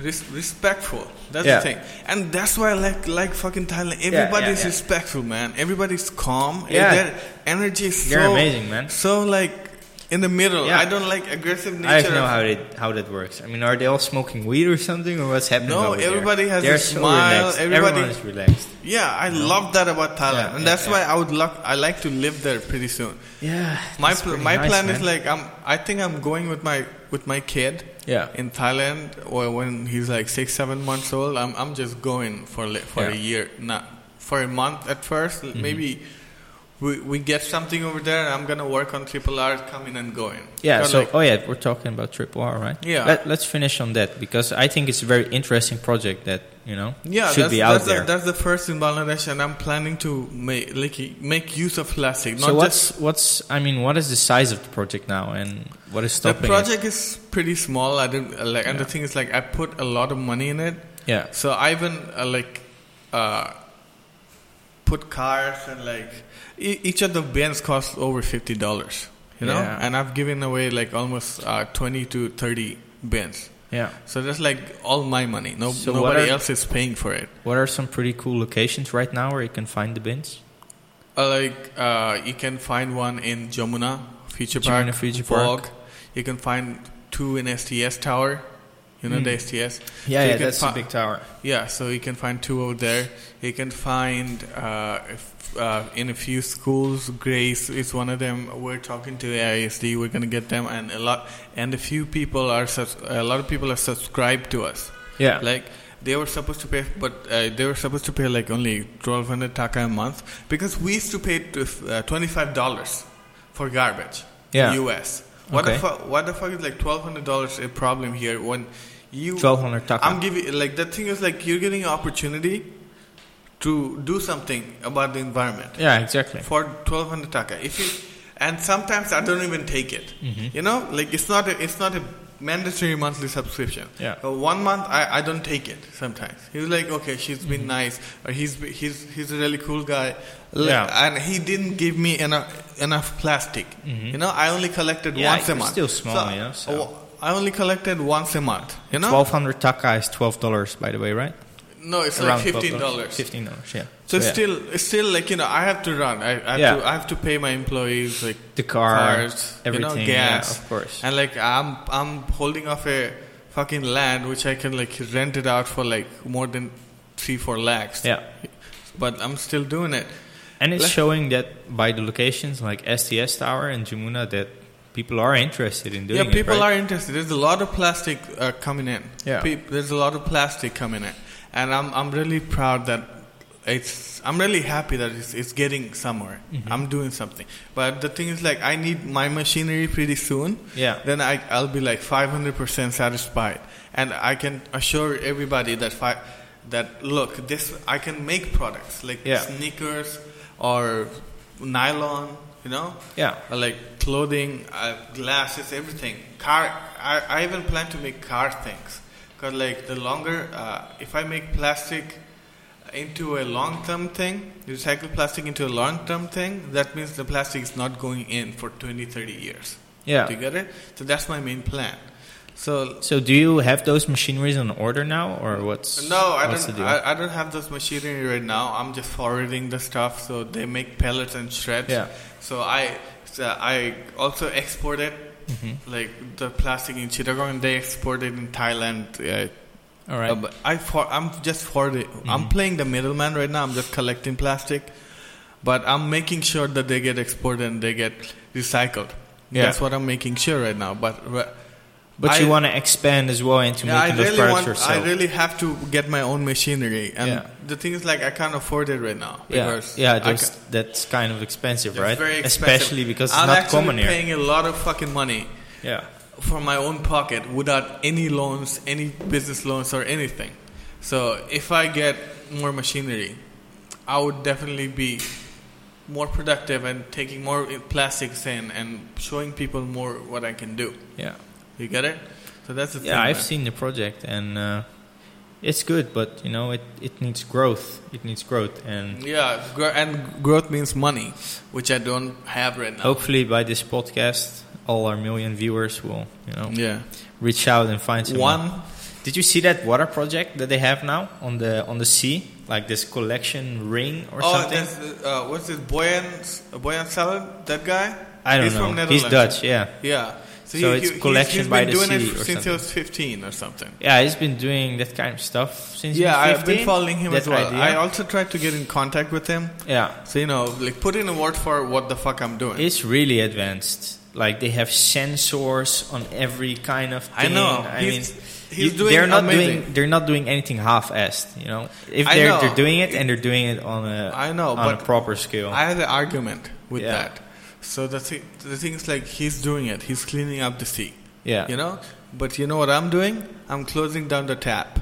A: res- respectful. That's
B: Yeah.
A: the thing, and that's why I like like fucking Thailand. Everybody's
B: yeah.
A: respectful, man. Everybody's calm.
B: Yeah.
A: their energy is
B: They're
A: so
B: amazing, man.
A: So like in the middle.
B: Yeah.
A: I don't like aggressive nature.
B: I don't know
A: of-
B: how that how that works. I mean, are they all smoking weed or something, or what's happening?
A: No,
B: over there?
A: everybody has a
B: They're so
A: smile,
B: Relaxed.
A: everybody-
B: Everyone is relaxed.
A: yeah, I love that about Thailand,
B: Yeah,
A: and
B: yeah,
A: that's why I would love. I like to live there pretty soon.
B: Yeah,
A: My
B: that's
A: pl-
B: pretty
A: my
B: nice,
A: plan
B: man.
A: is like I'm. I think I'm going with my with my kid.
B: Yeah.
A: In Thailand, or when he's like six, seven months old, I'm I'm just going for li- for a
B: Yeah. Mm-hmm.
A: year, not for a month at 1st Maybe we we get something over there, and I'm gonna work on triple R, coming and going.
B: Yeah.
A: Kinda
B: So,
A: like-
B: oh yeah, we're talking about triple R, right?
A: Yeah.
B: Let, let's finish on that because I think it's a very interesting project that you know
A: yeah,
B: should
A: that's,
B: be out
A: that's
B: there.
A: The, that's the first in Bangladesh, and I'm planning to make like make use of plastic. Not
B: so
A: just
B: what's what's I mean, what is the size of the project now, and what is stopping
A: the
B: it?
A: project is pretty small. I didn't uh, like, and the thing is like I put a lot of money in it.
B: Yeah.
A: So I even uh, like uh, put cars and like e- each of the bins costs over fifty dollars. You know,
B: Yeah.
A: and I've given away like almost uh, twenty to thirty bins.
B: Yeah.
A: So that's like all my money. No,
B: So what
A: nobody
B: are-
A: else is paying for it.
B: What are some pretty cool locations right now where you can find the bins?
A: Uh, like uh, you can find one in Jamuna Future Park,
B: Jamuna Future
A: Vogue.
B: Park.
A: You can find two in STS Tower. You know
B: Hmm.
A: the STS. So you can fi-
B: tower.
A: Yeah, so you can find two over there. You can find uh, if, uh, in a few schools. Grace is one of them. We're talking to AISD. We're gonna get them, and a lot and a few people are sus- a lot of people are subscribed to us.
B: Yeah.
A: Like they were supposed to pay, but uh, they were supposed to pay like only twelve hundred taka a month because we used to pay t- uh, twenty five dollars for garbage.
B: Yeah.
A: U.S. What
B: Okay.
A: the fuck? What the fuck is like twelve hundred dollars a problem here when you
B: 1200 taka.
A: I'm giving like the thing is like you're getting an opportunity to do something about the environment
B: yeah, exactly.
A: for 1200 taka if you and sometimes i don't even take it
B: Mm-hmm.
A: you know like it's not a, it's not a mandatory monthly subscription
B: Yeah.
A: Uh, one month I, I don't take it sometimes he's like okay she's
B: Mm-hmm.
A: been nice or he's be- he's he's a really cool guy Like,
B: Yeah. Mm-hmm.
A: and he didn't give me enough enough plastic you know i only collected
B: Yeah,
A: once a
B: you're
A: month
B: still small, yeah, so.
A: oh, i only collected once a month you know
B: 1200 taka is $12, by the way, right?
A: no it's
B: Around
A: like 15 dollars
B: $15, yeah.
A: so it's
B: yeah.
A: still, it's still like you know, I have to run. I, I have
B: Yeah.
A: to, I have to pay my employees like
B: The car,
A: cars, you know,
B: everything, yeah,
A: gas,
B: of course.
A: And like I'm, I'm holding off a fucking land which I can like rent it out for like more than three, four lakhs.
B: Yeah.
A: but I'm still doing it.
B: And it's
A: Like-
B: showing that by the locations like STS Tower and Jamuna that people are interested in doing
A: yeah, people
B: it,
A: are
B: right?
A: interested. There's a lot of plastic uh, coming in.
B: Yeah.
A: Peop- there's a lot of plastic coming in, and I'm I'm really proud that it's. I'm really happy that it's, it's getting somewhere.
B: Mm-hmm.
A: I'm doing something, but the thing is, like, I need my machinery pretty soon.
B: Yeah.
A: Then I I'll be like 500 percent satisfied, and I can assure everybody that fi- that look this I can make products like
B: Yeah.
A: sneakers or nylon. You know,
B: Yeah.
A: uh, like clothing, uh, glasses, everything. Car. I, I even plan to make car things. Cause like the longer, uh, if I make plastic into a long term thing, recycle plastic into a long term thing, that means the plastic is not going in for 20, 30 years.
B: Yeah.
A: Do you get it? So that's my main plan. So
B: So do you have those machineries on order now or what's
A: no, I
B: what's the
A: don't.
B: deal?
A: I, I don't have those machinery right now. I'm just forwarding the stuff, so they make pellets and shreds.
B: Yeah.
A: So I, so I also export it,
B: Mm-hmm.
A: like the plastic in Chittagong, and they export it in Thailand. Yeah.
B: All right. Mm-hmm.
A: Uh, but I for, I'm just forwarding. I'm playing the middleman right now. I'm just collecting plastic, but I'm making sure that they get exported and they get recycled.
B: Yeah.
A: That's what I'm making sure right now. But.
B: but
A: I-
B: you want to expand as well into
A: yeah, I
B: making those
A: really
B: products
A: want. I
B: yourself.
A: really have to get my own machinery, and
B: Yeah.
A: the thing is, like, I can't afford it right now.
B: yeah,
A: because
B: yeah,
A: I
B: those,
A: ca-
B: that's kind of expensive,
A: it's
B: right?
A: very expensive.
B: Especially because it's
A: I'm
B: not
A: actually
B: common here.
A: paying a lot of fucking money
B: Yeah,
A: from my own pocket without any loans, any business loans, or anything. So if I get more machinery, I would definitely be more productive and taking more plastics in and showing people more what I can do.
B: yeah.
A: You get it? So that's the thing.
B: Yeah, I've
A: man.
B: seen the project and uh, it's good, but you know, it, it needs growth. It needs growth, and
A: Yeah, gro- and growth means money, which I don't have right now.
B: hopefully by this podcast, all our million viewers will you know
A: Yeah,
B: reach out and find someone.
A: one
B: Did you see that water project that they have now on the on the sea, like this collection ring or
A: oh,
B: something?
A: that's, uh, what's this Boyan Boyan Salad? That guy?
B: I don't
A: He's
B: know.
A: From Netherlands.
B: He's Dutch, yeah.
A: Yeah.
B: So
A: he-
B: it's
A: he- he's-
B: collection
A: he's
B: by
A: been
B: the
A: doing
B: sea
A: it
B: or
A: since he was 15 or something.
B: Yeah, he's been doing that kind of stuff since. he
A: Yeah,
B: was
A: I've been
B: 15.
A: following him
B: That
A: as well.
B: idea.
A: I also tried to get in contact with him.
B: yeah,
A: So, you know, like put in a word for what the fuck I'm doing.
B: it's really advanced. Like they have sensors on every kind of. Thing.
A: I know.
B: I
A: He's-
B: mean,
A: he's
B: you-
A: doing
B: They're not
A: amazing.
B: doing. They're not doing anything half-assed. You know, if
A: I
B: they're
A: know.
B: they're doing it and they're doing it on a
A: I know,
B: on
A: but
B: a proper scale.
A: I had an argument with
B: Yeah.
A: that. So the, th- the thing is like he's doing it. He's cleaning up the sea.
B: yeah,
A: You know? But you know what I'm doing? I'm closing down the tap.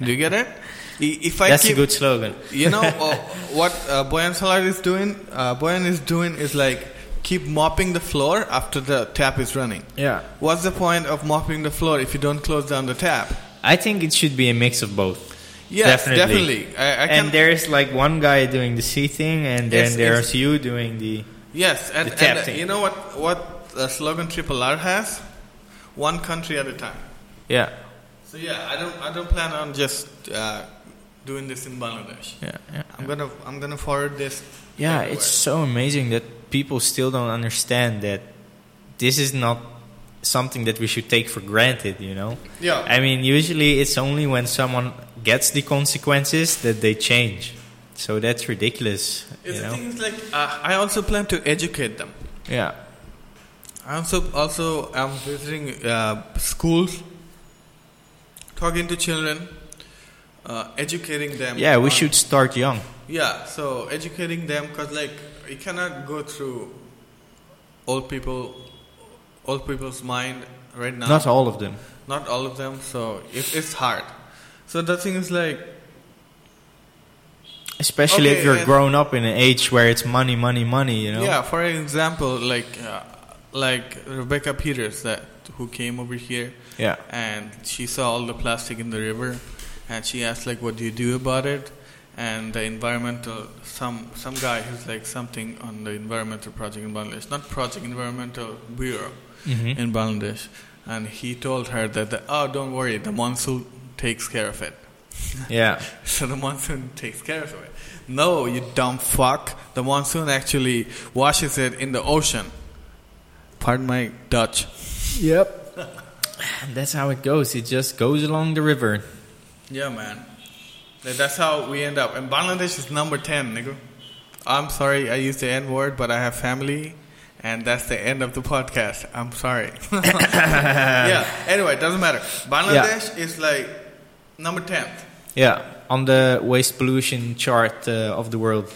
A: Do you get it? I- If I
B: that's
A: keep,
B: a good slogan.
A: You know uh, what uh, Boyan Salar is doing? Uh, Boyan is doing is like keep mopping the floor after the tap is running.
B: Yeah.
A: What's the point of mopping the floor if you don't close down the tap?
B: I think it should be a mix of both.
A: Yes, definitely. I, I can,
B: and there's like one guy doing the C thing, and then
A: Yes,
B: there's you doing the.
A: yes, and,
B: the tap
A: and, uh,
B: thing.
A: you know what what uh, slogan Triple R has? One country at a time.
B: Yeah,
A: So yeah, I don't I don't plan on just uh, doing this in Bangladesh.
B: yeah, yeah.
A: I'm gonna I'm gonna forward this.
B: Yeah,
A: everywhere.
B: it's so amazing that people still don't understand that this is not something that we should take for granted, you know?
A: Yeah.
B: I mean, usually it's only when someone gets the consequences that they change. So that's ridiculous,
A: It's
B: you
A: the
B: know?
A: thing is like uh, I also plan to educate them.
B: Yeah.
A: I also also am visiting uh, schools, talking to children, uh, educating them.
B: Yeah, we
A: on-
B: should start young.
A: Yeah, so educating them because like you cannot go through old people, old people's mind right now.
B: Not all of them.
A: Not all of them. So it, it's hard. So the thing is like
B: Especially
A: Okay,
B: if you're
A: and-
B: grown up in an age where it's money, money, money, you know?
A: Yeah, for example, like uh, like Rebecca Peters that who came over here.
B: Yeah.
A: And she saw all the plastic in the river, and she asked like, "What do you do about it?" And the environmental some some guy who's like something on the environmental project in Bangladesh, not project environmental bureau
B: Mhm.
A: in Bangladesh, and he told her that the, oh don't worry, the monsoon takes care of it.
B: Yeah.
A: So the monsoon takes care of it. No, you dumb fuck. The monsoon actually washes it in the ocean. Pardon my Dutch.
B: Yep. That's how it goes. It just goes along the river.
A: Yeah, man. That- That's how we end up. And Bangladesh is number 10, nigga. I'm sorry I used the N word, but I have family. And that's the end of the podcast. I'm sorry. yeah. Anyway, it doesn't matter. Bangladesh is like number 10th.
B: Yeah, on the waste pollution chart uh, of the world.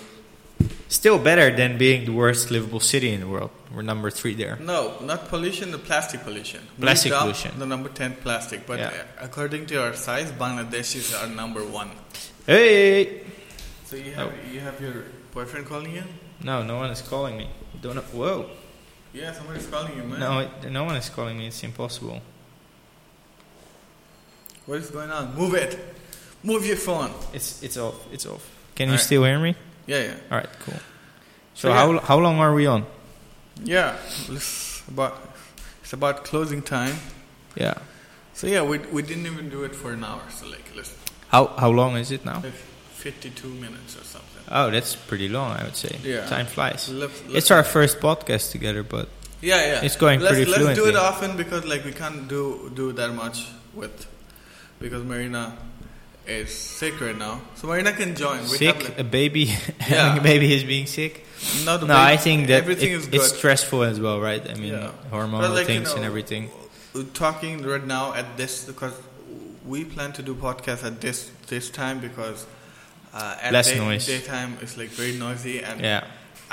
B: Still better than being the worst livable city in the world. We're number three there.
A: No, not pollution, the plastic pollution. We
B: Plastic
A: dump
B: pollution.
A: The number 10 plastic. But
B: Yeah.
A: uh, according to our size, Bangladesh is our number one.
B: Hey!
A: So you have, you have your boyfriend calling you?
B: No, no one is calling me. Don't know. Whoa.
A: Yeah, somebody's calling you, man.
B: No, it, no one is calling me. It's impossible.
A: What is going on? Move it. Move your phone.
B: It's it's off. It's off. Can you
A: Alright.
B: still hear me?
A: Yeah, yeah.
B: All right, cool.
A: So,
B: So,
A: yeah.
B: how how long are we on?
A: Yeah, it's about, it's about closing time.
B: Yeah.
A: So yeah, we, we didn't even do it for an hour. So like, listen,
B: How how long is it now?
A: like 52 minutes or something.
B: Oh, that's pretty long, I would say.
A: Yeah.
B: Time flies.
A: Let's-
B: It's our first podcast together, but
A: Yeah, yeah.
B: It's going
A: let's,
B: pretty
A: Let's do it
B: fluently.
A: often because like we can't do do that much with because Marina is sick right now. So Marina can join. We
B: sick,
A: have like,
B: a baby, having a baby is being sick.
A: not a
B: No,
A: big-
B: I think that
A: everything
B: it-
A: is good.
B: it's stressful as well, right? I mean,
A: Yeah. But,
B: hormonal
A: like, you
B: things and
A: know,
B: everything.
A: we're talking right now at this because we plan to do podcasts at this this time because uh, at
B: Less
A: day,
B: noise.
A: daytime it's like very noisy and
B: Yeah,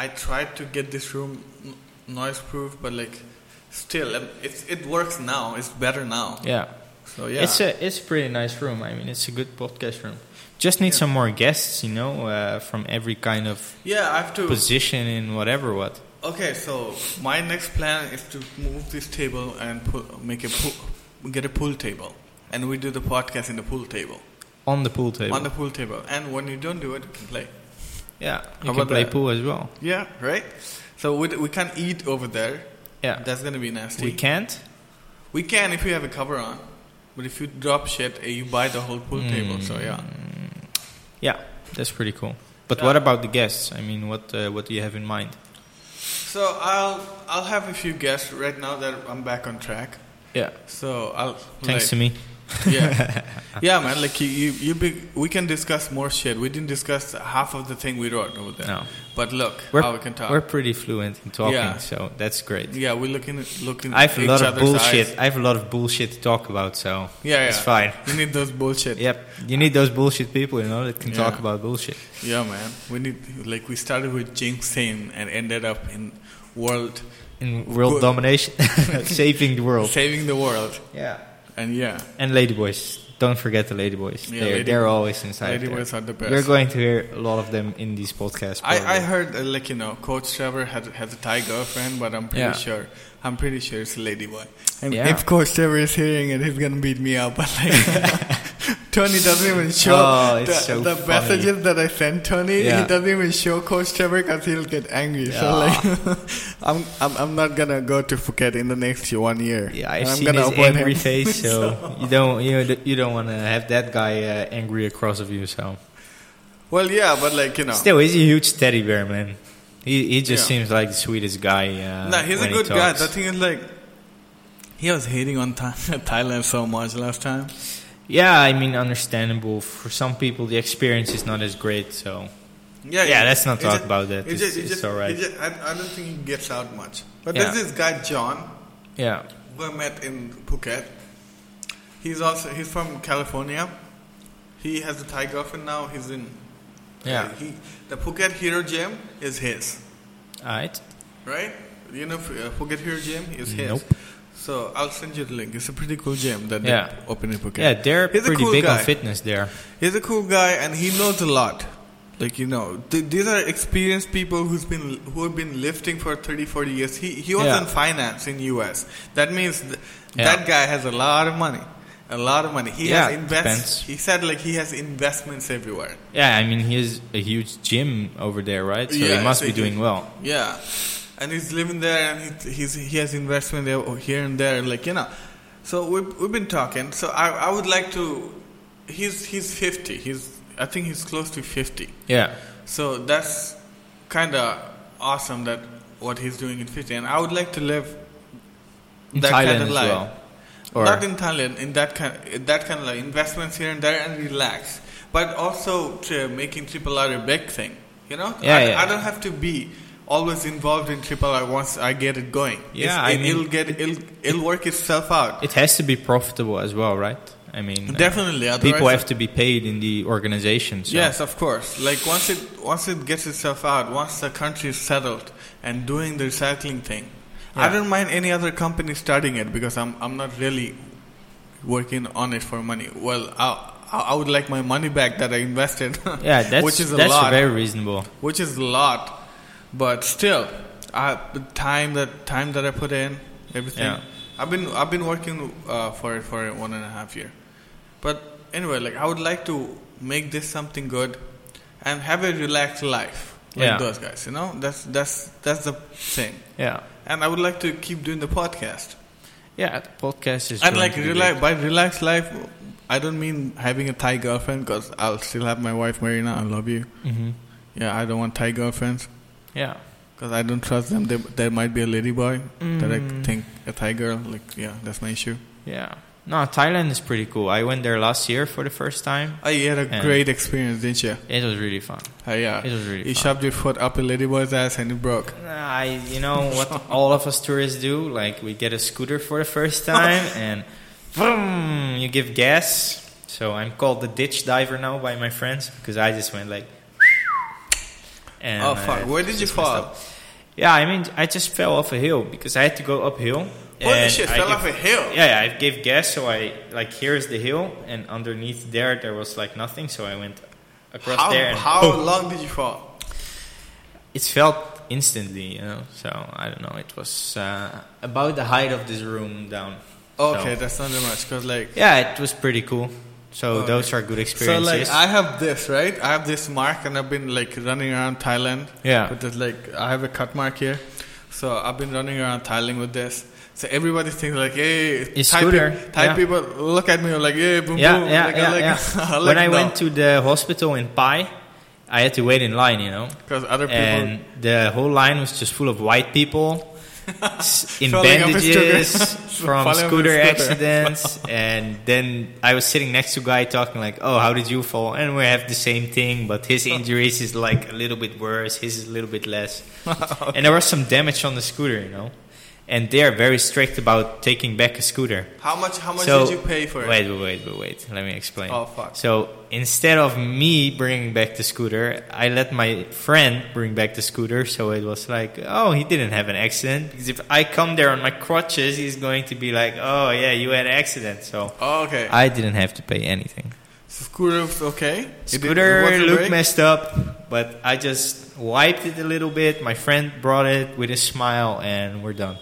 A: I tried to get this room n- noise proof but like still um, it's it works now it's better now
B: yeah,
A: so yeah
B: It's a it's a pretty nice room. I mean, it's a good podcast room. Just need
A: Yeah.
B: some more guests, you know, uh, from every kind of
A: yeah I have to
B: position in whatever what.
A: Okay, so my next plan is to move this table and pull, make a pool, get a pool table, and we do the podcast in the pool table,
B: On the pool table.
A: on the pool table. And when you don't do it, you can play.
B: yeah, you
A: How
B: can
A: about
B: play
A: that?
B: pool as well.
A: Yeah, right. So we d- we can't eat over there.
B: Yeah,
A: That's gonna be nasty.
B: we can't.
A: We can if we have a cover on. But if you drop shit, eh, you buy the whole pool table. So yeah,
B: Mm. Yeah, that's pretty cool. But what about the guests? I mean, what uh, what do you have in mind?
A: so I'll I'll have a few guests right now that I'm back on track.
B: Yeah,
A: So I'll
B: thanks
A: like-
B: to me.
A: yeah yeah man like you you, you be, we can discuss more shit we didn't discuss half of the thing we wrote over there
B: No.
A: but look
B: We're,
A: how we can talk
B: we're pretty fluent in talking,
A: Yeah.
B: so that's great.
A: yeah we're looking looking
B: I have a
A: each
B: lot of
A: other's
B: bullshit.
A: eyes.
B: I have a lot of bullshit to talk about, so
A: yeah yeah
B: it's fine.
A: you need those bullshit
B: Yep, you need those bullshit people, you know, that can talk
A: Yeah.
B: about bullshit.
A: yeah man we need like we started with James Sane and ended up in world
B: In world
A: Good.
B: domination, saving the world.
A: saving the world
B: Yeah.
A: and yeah
B: And ladyboys. Don't forget the ladyboys.
A: Yeah,
B: they're,
A: lady-
B: they're always inside.
A: ladyboys
B: there.
A: are the best.
B: We're going to hear a lot of them in these podcasts.
A: I, I
B: probably.
A: heard uh, like you know Coach Trevor had has a Thai girlfriend, but I'm pretty
B: Yeah.
A: sure I'm pretty sure it's a lady one. And
B: Yeah.
A: if Coach Trevor is hearing it, he's gonna beat me up. But like Tony doesn't even show
B: Oh, it's
A: the,
B: so
A: the
B: funny.
A: messages that I sent Tony.
B: Yeah.
A: He doesn't even show Coach Trevor because he'll get angry. So like I'm, I'm I'm not gonna go to Phuket in the next one year.
B: Yeah, I've
A: And I'm
B: seen
A: gonna
B: his
A: avoid
B: angry
A: him.
B: face, so, you don't you don't- you don't want to have that guy uh, angry across of you. So
A: Well, yeah, but like you know,
B: still, he's a huge teddy bear, man. He he just
A: Yeah.
B: seems like the sweetest guy. Uh,
A: No, he's a
B: when he
A: good guy.
B: talks.
A: The thing is, like, he was hating on Tha- Thailand so much last time.
B: yeah, I mean, understandable. For some people, the experience is not as great. So
A: Yeah,
B: Yeah, let's not
A: It's
B: talk
A: ju-
B: about that. It's-
A: ju-
B: it's
A: just-
B: all right.
A: it's ju- I, I don't think he gets out much. But
B: Yeah.
A: there's this guy John
B: yeah,
A: who I met in Phuket. He's also he's from California. He has a Thai girlfriend now. He's in
B: Yeah.
A: He the Phuket Hero Gym is his,
B: all right.
A: right? You know, uh, Phuket Hero Gym is his.
B: Nope.
A: So I'll send you the link. It's a pretty cool gym that
B: Yeah.
A: they opened in Phuket.
B: Yeah, they're
A: He's a
B: pretty
A: cool
B: big
A: guy.
B: on fitness there.
A: He's a cool guy, and he knows a lot. Like you know, th- these are experienced people who's been who have been lifting for 30, 40 years. He he was
B: Yeah.
A: in finance in U.S. That means th-
B: Yeah.
A: that guy has a lot of money, a lot of money. He has
B: Yeah, depends.
A: invest. He said like he has investments everywhere.
B: Yeah, I mean, he has a huge gym over there, right? So
A: Yeah,
B: he must
A: so
B: be
A: he-
B: doing well.
A: Yeah, and he's living there, and he, he's he has investment there, or here and there, like you know. So we we've been talking. So I I would like to. He's he's fifty. He's I think he's close to fifty.
B: Yeah,
A: So that's kind of awesome that what he's doing in Fiji, and I would like to live
B: in
A: that
B: Thailand
A: kind of
B: as
A: life.
B: well. Or
A: Not in Thailand, in that kind, in that kind of like investments here and there, and relax. But also to making Triple R a big thing, you know.
B: Yeah,
A: I,
B: yeah.
A: I don't have to be always involved in Triple R once I get it going.
B: Yeah,
A: It's-
B: I
A: it,
B: mean-
A: it'll get it'll it'll work itself out.
B: it has to be profitable as well, right? I mean, uh,
A: Definitely, otherwise
B: people have to be paid in the organization. So.
A: Yes, of course. Like once it once it gets itself out, once the country is settled and doing the recycling thing, I
B: Yeah.
A: don't mind any other company starting it because I'm I'm not really working on it for money. Well, I I I would like my money back that I invested.
B: Yeah, that's
A: which is a
B: that's
A: lot.
B: very reasonable.
A: which is a lot, but still, I, the time that time that I put in, everything.
B: Yeah.
A: I've been I've been working uh, for it for one and a half year, but anyway, like I would like to make this something good, and have a relaxed life like
B: Yeah.
A: those guys. You know, that's that's that's the thing,
B: Yeah,
A: and I would like to keep doing the podcast.
B: yeah. The podcast is
A: and
B: going
A: like
B: to be
A: relax
B: big.
A: by relaxed life, I don't mean having a Thai girlfriend because I'll still have my wife Marina. I love you.
B: Mhm.
A: Yeah, I don't want Thai girlfriends.
B: Yeah,
A: Because I don't trust them. There, there might be a lady boy that I
B: Mm.
A: think a Thai girl. Like, yeah, that's my issue.
B: yeah. No, Thailand is pretty cool. I went there last year for the first time.
A: I had a
B: And-
A: great experience, didn't you?
B: It was really fun.
A: Uh, yeah.
B: It was really
A: you
B: fun.
A: shoved your foot up a lady boy's ass and it broke.
B: Nah, I, you know what all of us tourists do? Like we get a scooter for the first time and vroom, you give gas. So I'm called the ditch diver now by my friends because I just went like. And
A: oh
B: I
A: fuck! Where did you
B: just messed up.
A: fall?
B: Yeah, I mean, I just fell off a hill because I had to go uphill.
A: Holy
B: and
A: shit!
B: I
A: Fell
B: gave-
A: off a hill.
B: Yeah, yeah, I gave gas, so I like here is the hill, and underneath there there was like nothing, so I went across
A: How,
B: there. And
A: how
B: boom.
A: long did you fall?
B: It felt instantly, you know. So I don't know. It was uh, about the height of this room down. So-
A: Okay, that's not that much. Cause like,
B: yeah, it was pretty cool. So
A: Okay.
B: those are good
A: so
B: experiences.
A: like I have this right. I have this mark, and I've been like running around Thailand.
B: Yeah.
A: With this, like, I have a cut mark here, so I've been running around Thailand with this. So everybody thinks like, hey,
B: It's
A: Thai,
B: scooter,
A: peop- Thai
B: yeah.
A: people look at me like, hey, boom,
B: Yeah,
A: boom.
B: yeah,
A: like,
B: yeah,
A: like,
B: yeah. when I went to the hospital in Pai, I had to wait in line, you know,
A: because other people,
B: and the whole line was just full of white people s- in
A: Falling off his
B: bandages
A: scooter. Falling
B: from
A: off his
B: scooter
A: scooter.
B: accidents. and then I was sitting next to a guy talking like, "Oh, how did you fall?" And we have the same thing, but his injuries is like a little bit worse. His is a little bit less. And there was some damage on the scooter, you know. And they are very strict about taking back a scooter
A: how much, how much did you pay for it?
B: wait, Wait, wait, wait, wait. Let me explain.
A: Oh, fuck.
B: So instead of me bringing back the scooter, I let my friend bring back the scooter. So it was like, oh, he didn't have an accident. Because if I come there on my crutches, he's going to be like, oh, yeah, you had an accident. So
A: Oh, okay.
B: I didn't have to pay anything.
A: Scooter was okay. It did- it
B: Scooter
A: wasn't
B: looked
A: break?
B: messed up, but I just wiped it a little bit. My friend brought it with a smile, and we're done.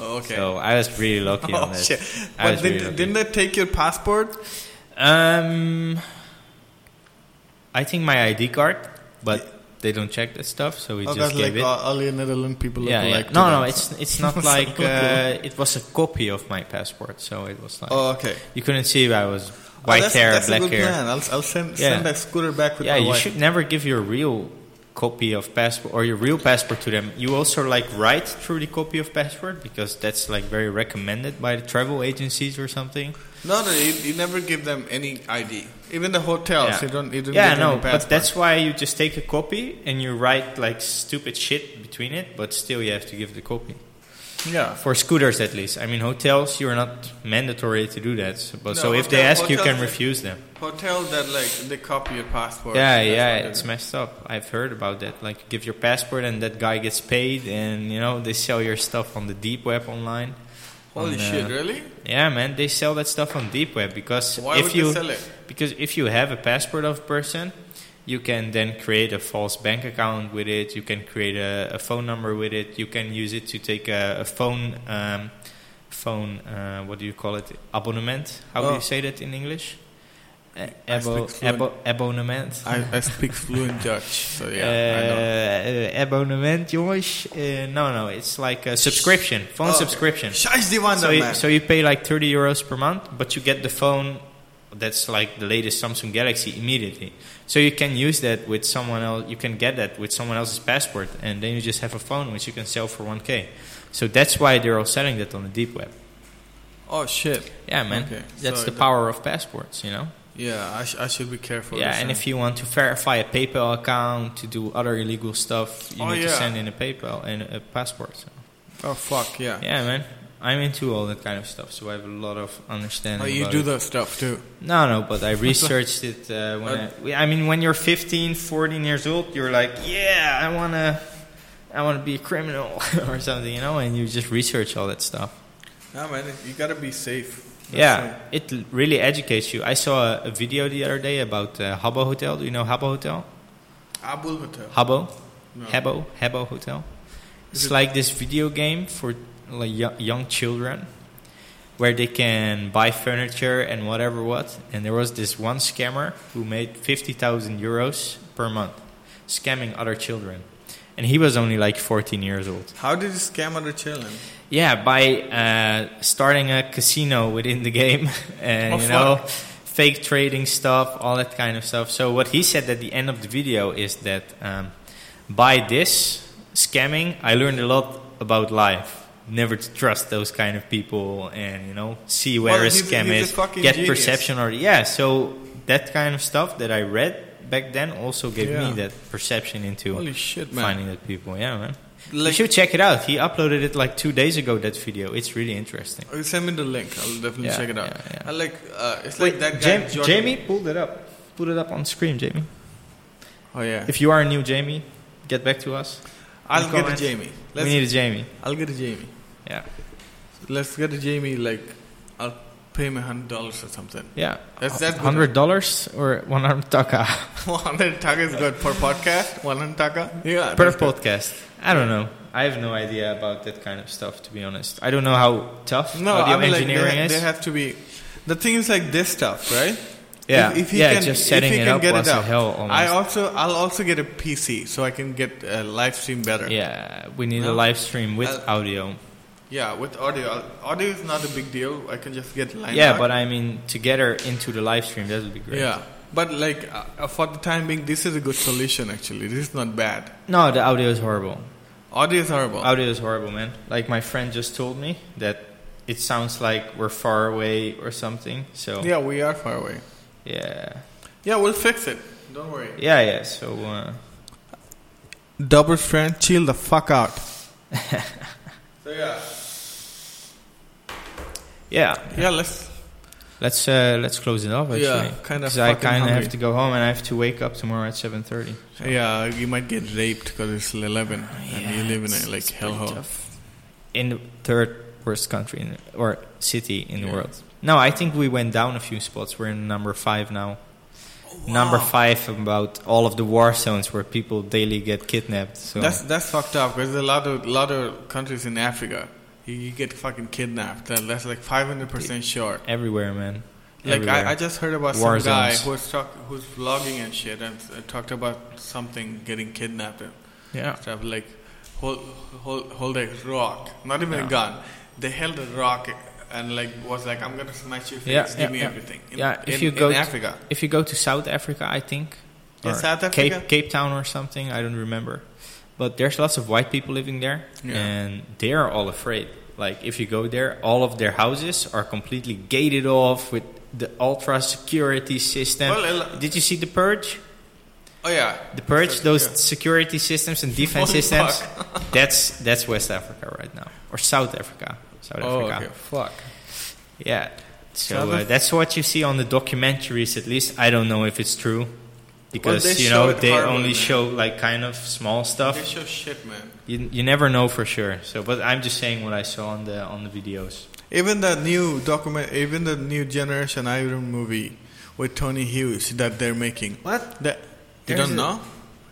A: Oh, okay.
B: So I was really lucky on
A: oh
B: that.
A: shit!
B: I
A: But
B: was
A: did,
B: really lucky.
A: didn't they take your passport?
B: Um, I think my ID card, but they don't check that stuff, so we
A: Oh,
B: just
A: that's like
B: gave it.
A: all, all your Netherlands people
B: yeah,
A: look
B: yeah.
A: like.
B: no, no, it's it's not
A: Something
B: like uh,
A: like
B: it was a copy of my passport, so it was like
A: Oh, okay.
B: you couldn't see if I was
A: Oh,
B: white
A: that's,
B: hair,
A: that's
B: black
A: a good
B: hair.
A: Plan. I'll, I'll send
B: Yeah.
A: send that scooter back with
B: Yeah,
A: my
B: you
A: wife.
B: should never give your real copy of passport or your real passport to them. You also like write through the copy of passport because that's like very recommended by the travel agencies or something.
A: No, no, you, you never give them any ID. Even the hotels, you don't. You don't
B: yeah,
A: give
B: no,
A: them a passport.
B: but that's why you just take a copy and you write like stupid shit between it, but still you have to give the copy.
A: yeah.
B: For scooters at least. I mean, hotels, you're not mandatory to do that. So, but,
A: No,
B: so if they
A: hotel-
B: ask, you
A: hotels-
B: can refuse them.
A: Hotels that like they copy your passport.
B: Yeah,
A: That's
B: yeah,
A: what they
B: it's
A: do.
B: messed up. I've heard about that. Like, you give your passport and that guy gets paid, and you know, they sell your stuff on the deep web online.
A: Holy
B: on,
A: shit!
B: uh,
A: Really?
B: Yeah, man, they sell that stuff on deep web because
A: Why
B: if
A: would
B: you
A: they sell it?
B: because if you have a passport of a person, you can then create a false bank account with it. You can create a, a phone number with it. You can use it to take a, a phone um, phone uh, what do you call it abonnement? How do
A: Oh.
B: you say that in English? A-
A: I speak
B: abo-
A: fluent-
B: abo- abonnement.
A: I, I speak fluent Dutch, so yeah, I know.
B: Uh, abonnement, jongens. Uh, no, no, it's like a subscription, phone
A: Oh, okay.
B: subscription.
A: Scheiß die Wand,
B: So you,
A: man.
B: so you pay like 30 euros per month, but you get the phone that's like the latest Samsung Galaxy immediately. So you can use that with someone else. You can get that with someone else's passport, and then you just have a phone which you can sell for 1k. So that's why they're all selling that on the deep web.
A: oh shit!
B: Yeah, man.
A: Okay,
B: That's
A: so
B: the
A: it-
B: power of passports, you know.
A: Yeah, I, sh- I should be careful.
B: yeah,
A: this
B: and
A: time.
B: if you want to verify a PayPal account to do other illegal stuff, you
A: Oh,
B: need to
A: yeah.
B: send in a PayPal and a passport. So.
A: oh fuck yeah.
B: Yeah, man. I'm into all that kind of stuff, so I have a lot of understanding.
A: Oh, you
B: about
A: do
B: it.
A: that stuff too.
B: No, no, but I researched it uh, when I, we- I mean when you're 15, 14 years old, you're like, yeah, I want to I want to be a criminal or something, you know, and you just research all that stuff.
A: Nah, man, you gotta be safe. That's
B: yeah, it l- really educates you. I saw a, a video the other day about uh, Habbo Hotel. Do you know Habbo Hotel?
A: it. Abul Hotel.
B: Habbo?
A: No.
B: Habbo? Habbo Hotel?
A: Is
B: It's
A: it-
B: like this video game for like yo- young children where they can buy furniture and whatever what. And there was this one scammer who made 50,000 euros per month scamming other children. And he was only like 14 years old.
A: How did you scam other children?
B: Yeah, by uh, starting a casino within the game and
A: Oh,
B: you
A: fuck.
B: know fake trading stuff, all that kind of stuff. So what he said at the end of the video is that um, by this scamming, I learned a lot about life. Never to trust those kind of people, and you know see where
A: Well,
B: a
A: he's a-
B: scam
A: he's a
B: is,
A: fucking
B: get
A: genius.
B: perception or yeah. So that kind of stuff that I read back then also gave me
A: Yeah.
B: that perception into
A: Holy shit, man.
B: finding that people. Yeah, man. you
A: Like-
B: should check it out. He uploaded it like two days ago. That video. It's really interesting.
A: Oh, you Send me the link. I'll definitely
B: Yeah,
A: check it out.
B: yeah, yeah.
A: I like uh, it's like that guy
B: Jam-
A: Jordan-
B: Jamie, pull it up. Put it up on screen, Jamie.
A: Oh yeah.
B: If you are a new Jamie, get back to us.
A: I'll get a
B: comment.
A: Jamie.
B: We
A: Let's,
B: need a Jamie.
A: I'll get a Jamie.
B: Yeah,
A: Let's get a Jamie. Like I'll pay him a hundred dollars or something.
B: yeah.
A: That's- that's good.
B: hundred dollars or one arm taka
A: One hundred taka is good for podcast. One hundred taka. Yeah.
B: per
A: that's good.
B: podcast. I don't know. I have no idea about that kind of stuff. To be honest, I don't know how tough
A: No,
B: audio
A: I mean like they,
B: engineering
A: ha-
B: is.
A: they have to be. The thing is like this stuff, right?
B: Yeah,
A: If, if he
B: yeah,
A: can,
B: just
A: if
B: setting
A: he
B: it
A: can
B: up
A: get
B: was
A: it
B: a
A: up.
B: hell
A: I
B: almost.
A: also, I'll also get a PC so I can get uh, live stream better.
B: yeah, we need a
A: No?
B: live stream with
A: Uh,
B: audio.
A: Yeah, with audio. Audio is not a big deal. I can just get line
B: yeah,
A: art.
B: but I mean together into the live stream that would be great.
A: Yeah, but like uh, uh, for the time being, this is a good solution. Actually, this is not bad.
B: No, the audio is horrible.
A: Audio is horrible.
B: Audio is horrible, man. Like my friend just told me that it sounds like we're far away or something. So
A: yeah, we are far away.
B: yeah,
A: Yeah, we'll fix it. Don't worry.
B: yeah, yeah. So uh,
A: Double strand, chill the fuck out. so yeah,
B: yeah,
A: yeah. Let's.
B: let's uh, let's close it off. Actually.
A: Yeah, kinda
B: 'Cause I
A: fucking
B: kind of
A: hungry.
B: have to go home and I have to wake up tomorrow at seven thirty.
A: Yeah, you might get raped because it's eleven and you live in a like hellhole.
B: In the third worst country in, or city in the world. No, I think we went down a few spots. We're in number five now.
A: Oh,
B: Number five about all of the war zones where people daily get kidnapped. So
A: That's that's fucked up because a lot of lot of countries in Africa, you, you get fucking kidnapped. That, that's like five hundred percent sure.
B: everywhere, man.
A: Like
B: everywhere.
A: I, I just heard about
B: War
A: some guy
B: zones.
A: who was talk, who's vlogging and shit and uh, talked about something getting kidnapped and
B: yeah.
A: stuff like hold hold hold a rock, not even
B: Yeah.
A: a gun. They held a rock and like was like I'm gonna smash your face,
B: Yeah,
A: give
B: yeah,
A: me
B: yeah.
A: everything. In,
B: Yeah, if
A: in,
B: you go
A: in
B: to-
A: Africa,
B: If you go to South Africa, I think.
A: Yeah,
B: or
A: South Africa.
B: Cape, Cape Town or something, I don't remember. But there's lots of white people living there,
A: Yeah.
B: and they're all afraid. Like, if you go there, all of their houses are completely gated off with the ultra security system.
A: Well, a lo-
B: Did you see The Purge?
A: oh yeah,
B: The Purge,
A: So,
B: those
A: yeah.
B: security systems and defense
A: Holy
B: systems, that's, that's West Africa right now, or South Africa. South
A: Oh,
B: Africa.
A: okay. fuck.
B: Yeah. So
A: South
B: uh,
A: Af-
B: that's what you see on the documentaries, at least. I don't know if it's true. Because,
A: they
B: you
A: show
B: know,
A: it
B: they
A: hardly,
B: only
A: man.
B: show, like, kind of small
A: They
B: stuff.
A: show shit, man.
B: You, you never know for sure. So, but I'm just saying what I saw on the on the videos.
A: Even the new document, even the new generation Iron movie with Tony Hughes that they're making.
B: What?
A: That you
B: There's
A: don't
B: a-
A: know?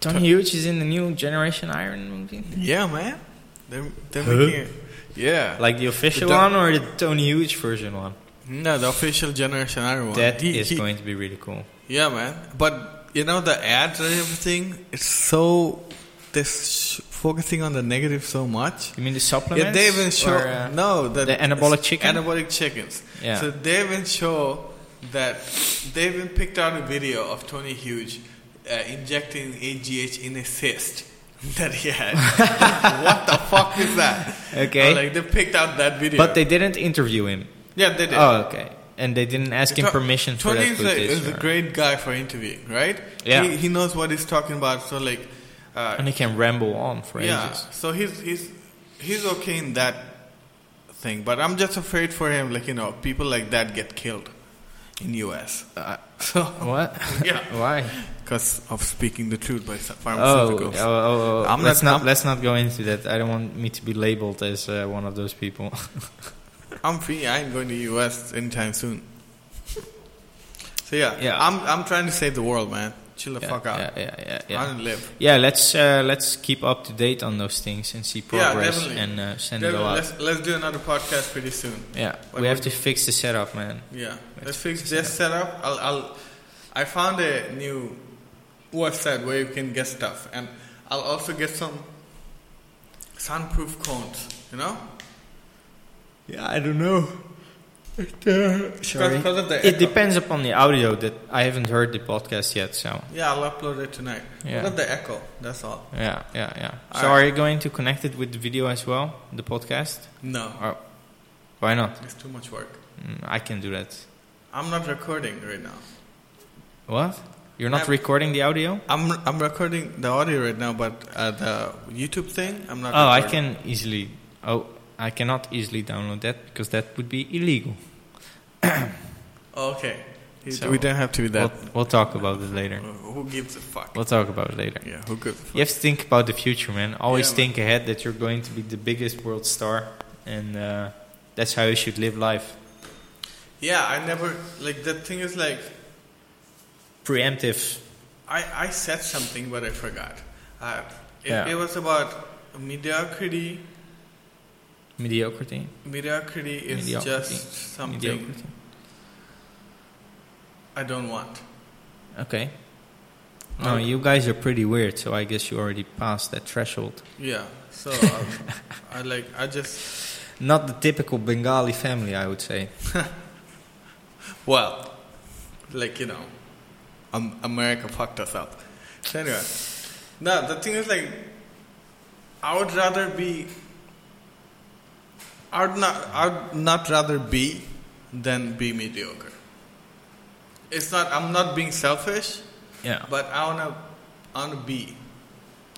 B: Tom Hughes is in the new Generation Iron movie?
A: Yeah, man. They're they're
B: Huh?
A: making it. Yeah,
B: Like the official
A: The doc-
B: one or the Tony Hughes version one?
A: no, the official Generation Iron one.
B: That is
A: He- he-
B: going to be really cool.
A: Yeah, man. But you know the ads and everything. It's so they're sh- focusing on the negative so much.
B: You mean the
A: Yeah,
B: supplements?
A: they even show
B: Or, uh,
A: no
B: the anabolic chicken?
A: Anabolic chickens.
B: Yeah.
A: So they even show that they even picked out a video of Tony Hughes uh, injecting AGH in a cyst that he had. what the fuck is that?
B: Okay.
A: Uh, like they picked out that video.
B: But they didn't interview him.
A: yeah they did.
B: Oh, okay. And they didn't ask him
A: To-
B: permission for
A: Tony
B: that
A: is, a,
B: footage.
A: is a
B: or-
A: great guy for interviewing, right?
B: Yeah.
A: he, he knows what he's talking about. So like, uh,
B: and he can ramble on for
A: yeah,
B: ages.
A: so he's he's he's okay in that thing, but I'm just afraid for him. Like you know, people like that get killed in U.S.
B: Uh,
A: So
B: What?
A: Yeah.
B: Why?
A: because of speaking the truth by s-
B: Oh, oh,
A: pharmaceuticals.
B: oh, oh.
A: I'm
B: let's
A: not-
B: not
A: I'm-
B: let's not go into that. I don't want me to be labeled as uh, one of those people.
A: I'm free. I ain't going to U.S. anytime soon. So yeah,
B: Yeah.
A: I'm I'm trying to save the world, man. Chill the
B: yeah,
A: fuck out.
B: Yeah, yeah, yeah. yeah.
A: Run and live.
B: Yeah, let's uh, let's keep up to date on those things and see progress
A: definitely.
B: and uh, send
A: Then
B: it all out.
A: let's let's do another podcast pretty soon.
B: Yeah,
A: Wait,
B: we have
A: what-
B: to fix the setup, man.
A: Yeah,
B: Let's
A: let's fix this setup. I'll, I'll, I found a new website where you can get stuff, and I'll also get some soundproof cones. You know,
B: Yeah, I don't know. Sorry.
A: because of the
B: It
A: echo.
B: depends upon the audio that I haven't heard the podcast yet, so
A: Yeah, I'll upload it tonight.
B: Yeah.
A: Yeah. Not the echo. That's all.
B: yeah, yeah, yeah.
A: All
B: so
A: right.
B: are you going to connect it with the video as well, the podcast?
A: No,
B: Or why not?
A: it's too much work.
B: Mm, I can do that.
A: I'm not recording right now.
B: What? You're not
A: I'm-
B: recording the audio?
A: I'm I'm recording the audio right now, but uh, the YouTube thing, I'm not.
B: Oh, I
A: recording.
B: can easily. Oh, I cannot easily download that because that would be illegal.
A: Oh, okay.
B: So-
A: we don't have to be that.
B: We'll, we'll talk about it later.
A: Who gives a fuck?
B: We'll talk about it later.
A: Yeah, who gives? a fuck?
B: You have to think about the future, man. Always
A: Yeah, man.
B: think ahead that you're going to be the biggest world star, and uh, that's how you should live life.
A: Yeah, I never like the thing is like
B: Preemptive.
A: I I said something but I forgot. Uh, it,
B: Yeah.
A: it was about mediocrity.
B: Mediocrity.
A: Mediocrity is
B: Mediocrity.
A: just something
B: Mediocrity.
A: I don't want.
B: Okay. No,
A: Okay.
B: you guys are pretty weird, so I guess you already passed that threshold.
A: Yeah, so um, I like I just
B: Not the typical Bengali family, I would say.
A: Well, like you know, um, America fucked us up. So anyway, no, the thing is like, I would rather be. I would not. I would not rather be than be mediocre. It's not. I'm not being selfish,
B: Yeah.
A: but I wanna. I wanna be.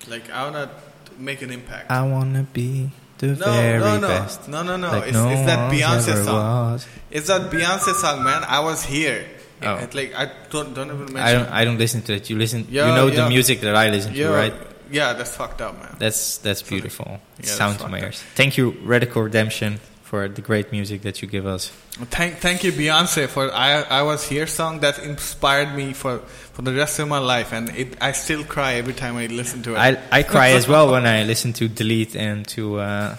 A: Like I wanna make an impact.
B: I wanna be the
A: no,
B: very
A: no, no,
B: best.
A: no, no, no,
B: like
A: It's,
B: no
A: it's that
B: one's
A: Beyonce
B: ever
A: song.
B: was.
A: It's that Beyonce song, man. I was here.
B: Oh.
A: It- like I don't don't even mention.
B: I don't. I don't listen to it. You listen. you
A: Yeah,
B: know
A: yeah.
B: the music that I listen
A: yeah,
B: to, right?
A: Yeah, that's fucked up, man.
B: That's that's beautiful.
A: that's
B: Sound to
A: fucked
B: my
A: up.
B: ears. Thank you, Radical Redemption, for the great music that you give us.
A: Thank thank you, Beyonce, for I I was here song that inspired me for for the rest of my life, and it I still cry every time I listen to it.
B: I I cry as well when I listen to Delete and to uh,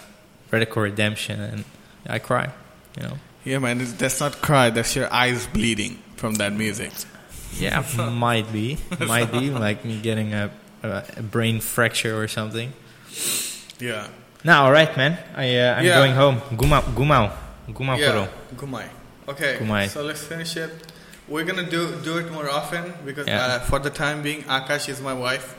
B: Radical Redemption, and I cry. You know.
A: yeah, man. It's, that's not cry. That's your eyes bleeding from that music.
B: Yeah, might be, might be like me getting a, a, a brain fracture or something.
A: Yeah.
B: Now, all right, man. I uh, I'm
A: Yeah.
B: going home. Guma gumau gumau
A: Yeah. Gumai. Okay.
B: Gumai.
A: So let's finish it. We're gonna do do it more often because
B: Yeah.
A: uh, for the time being, Akash is my wife.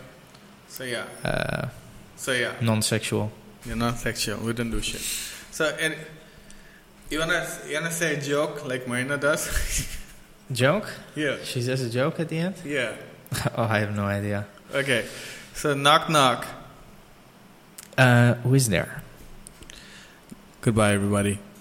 A: So yeah.
B: Uh,
A: So yeah.
B: non-sexual.
A: You're not sexual. We don't do shit. So, and you wanna you wanna say a joke like Marina does?
B: Joke?
A: yeah.
B: She says a joke at the end.
A: Yeah.
B: oh, I have no idea.
A: Okay. So knock knock.
B: Uh, who is there?
A: Goodbye, everybody.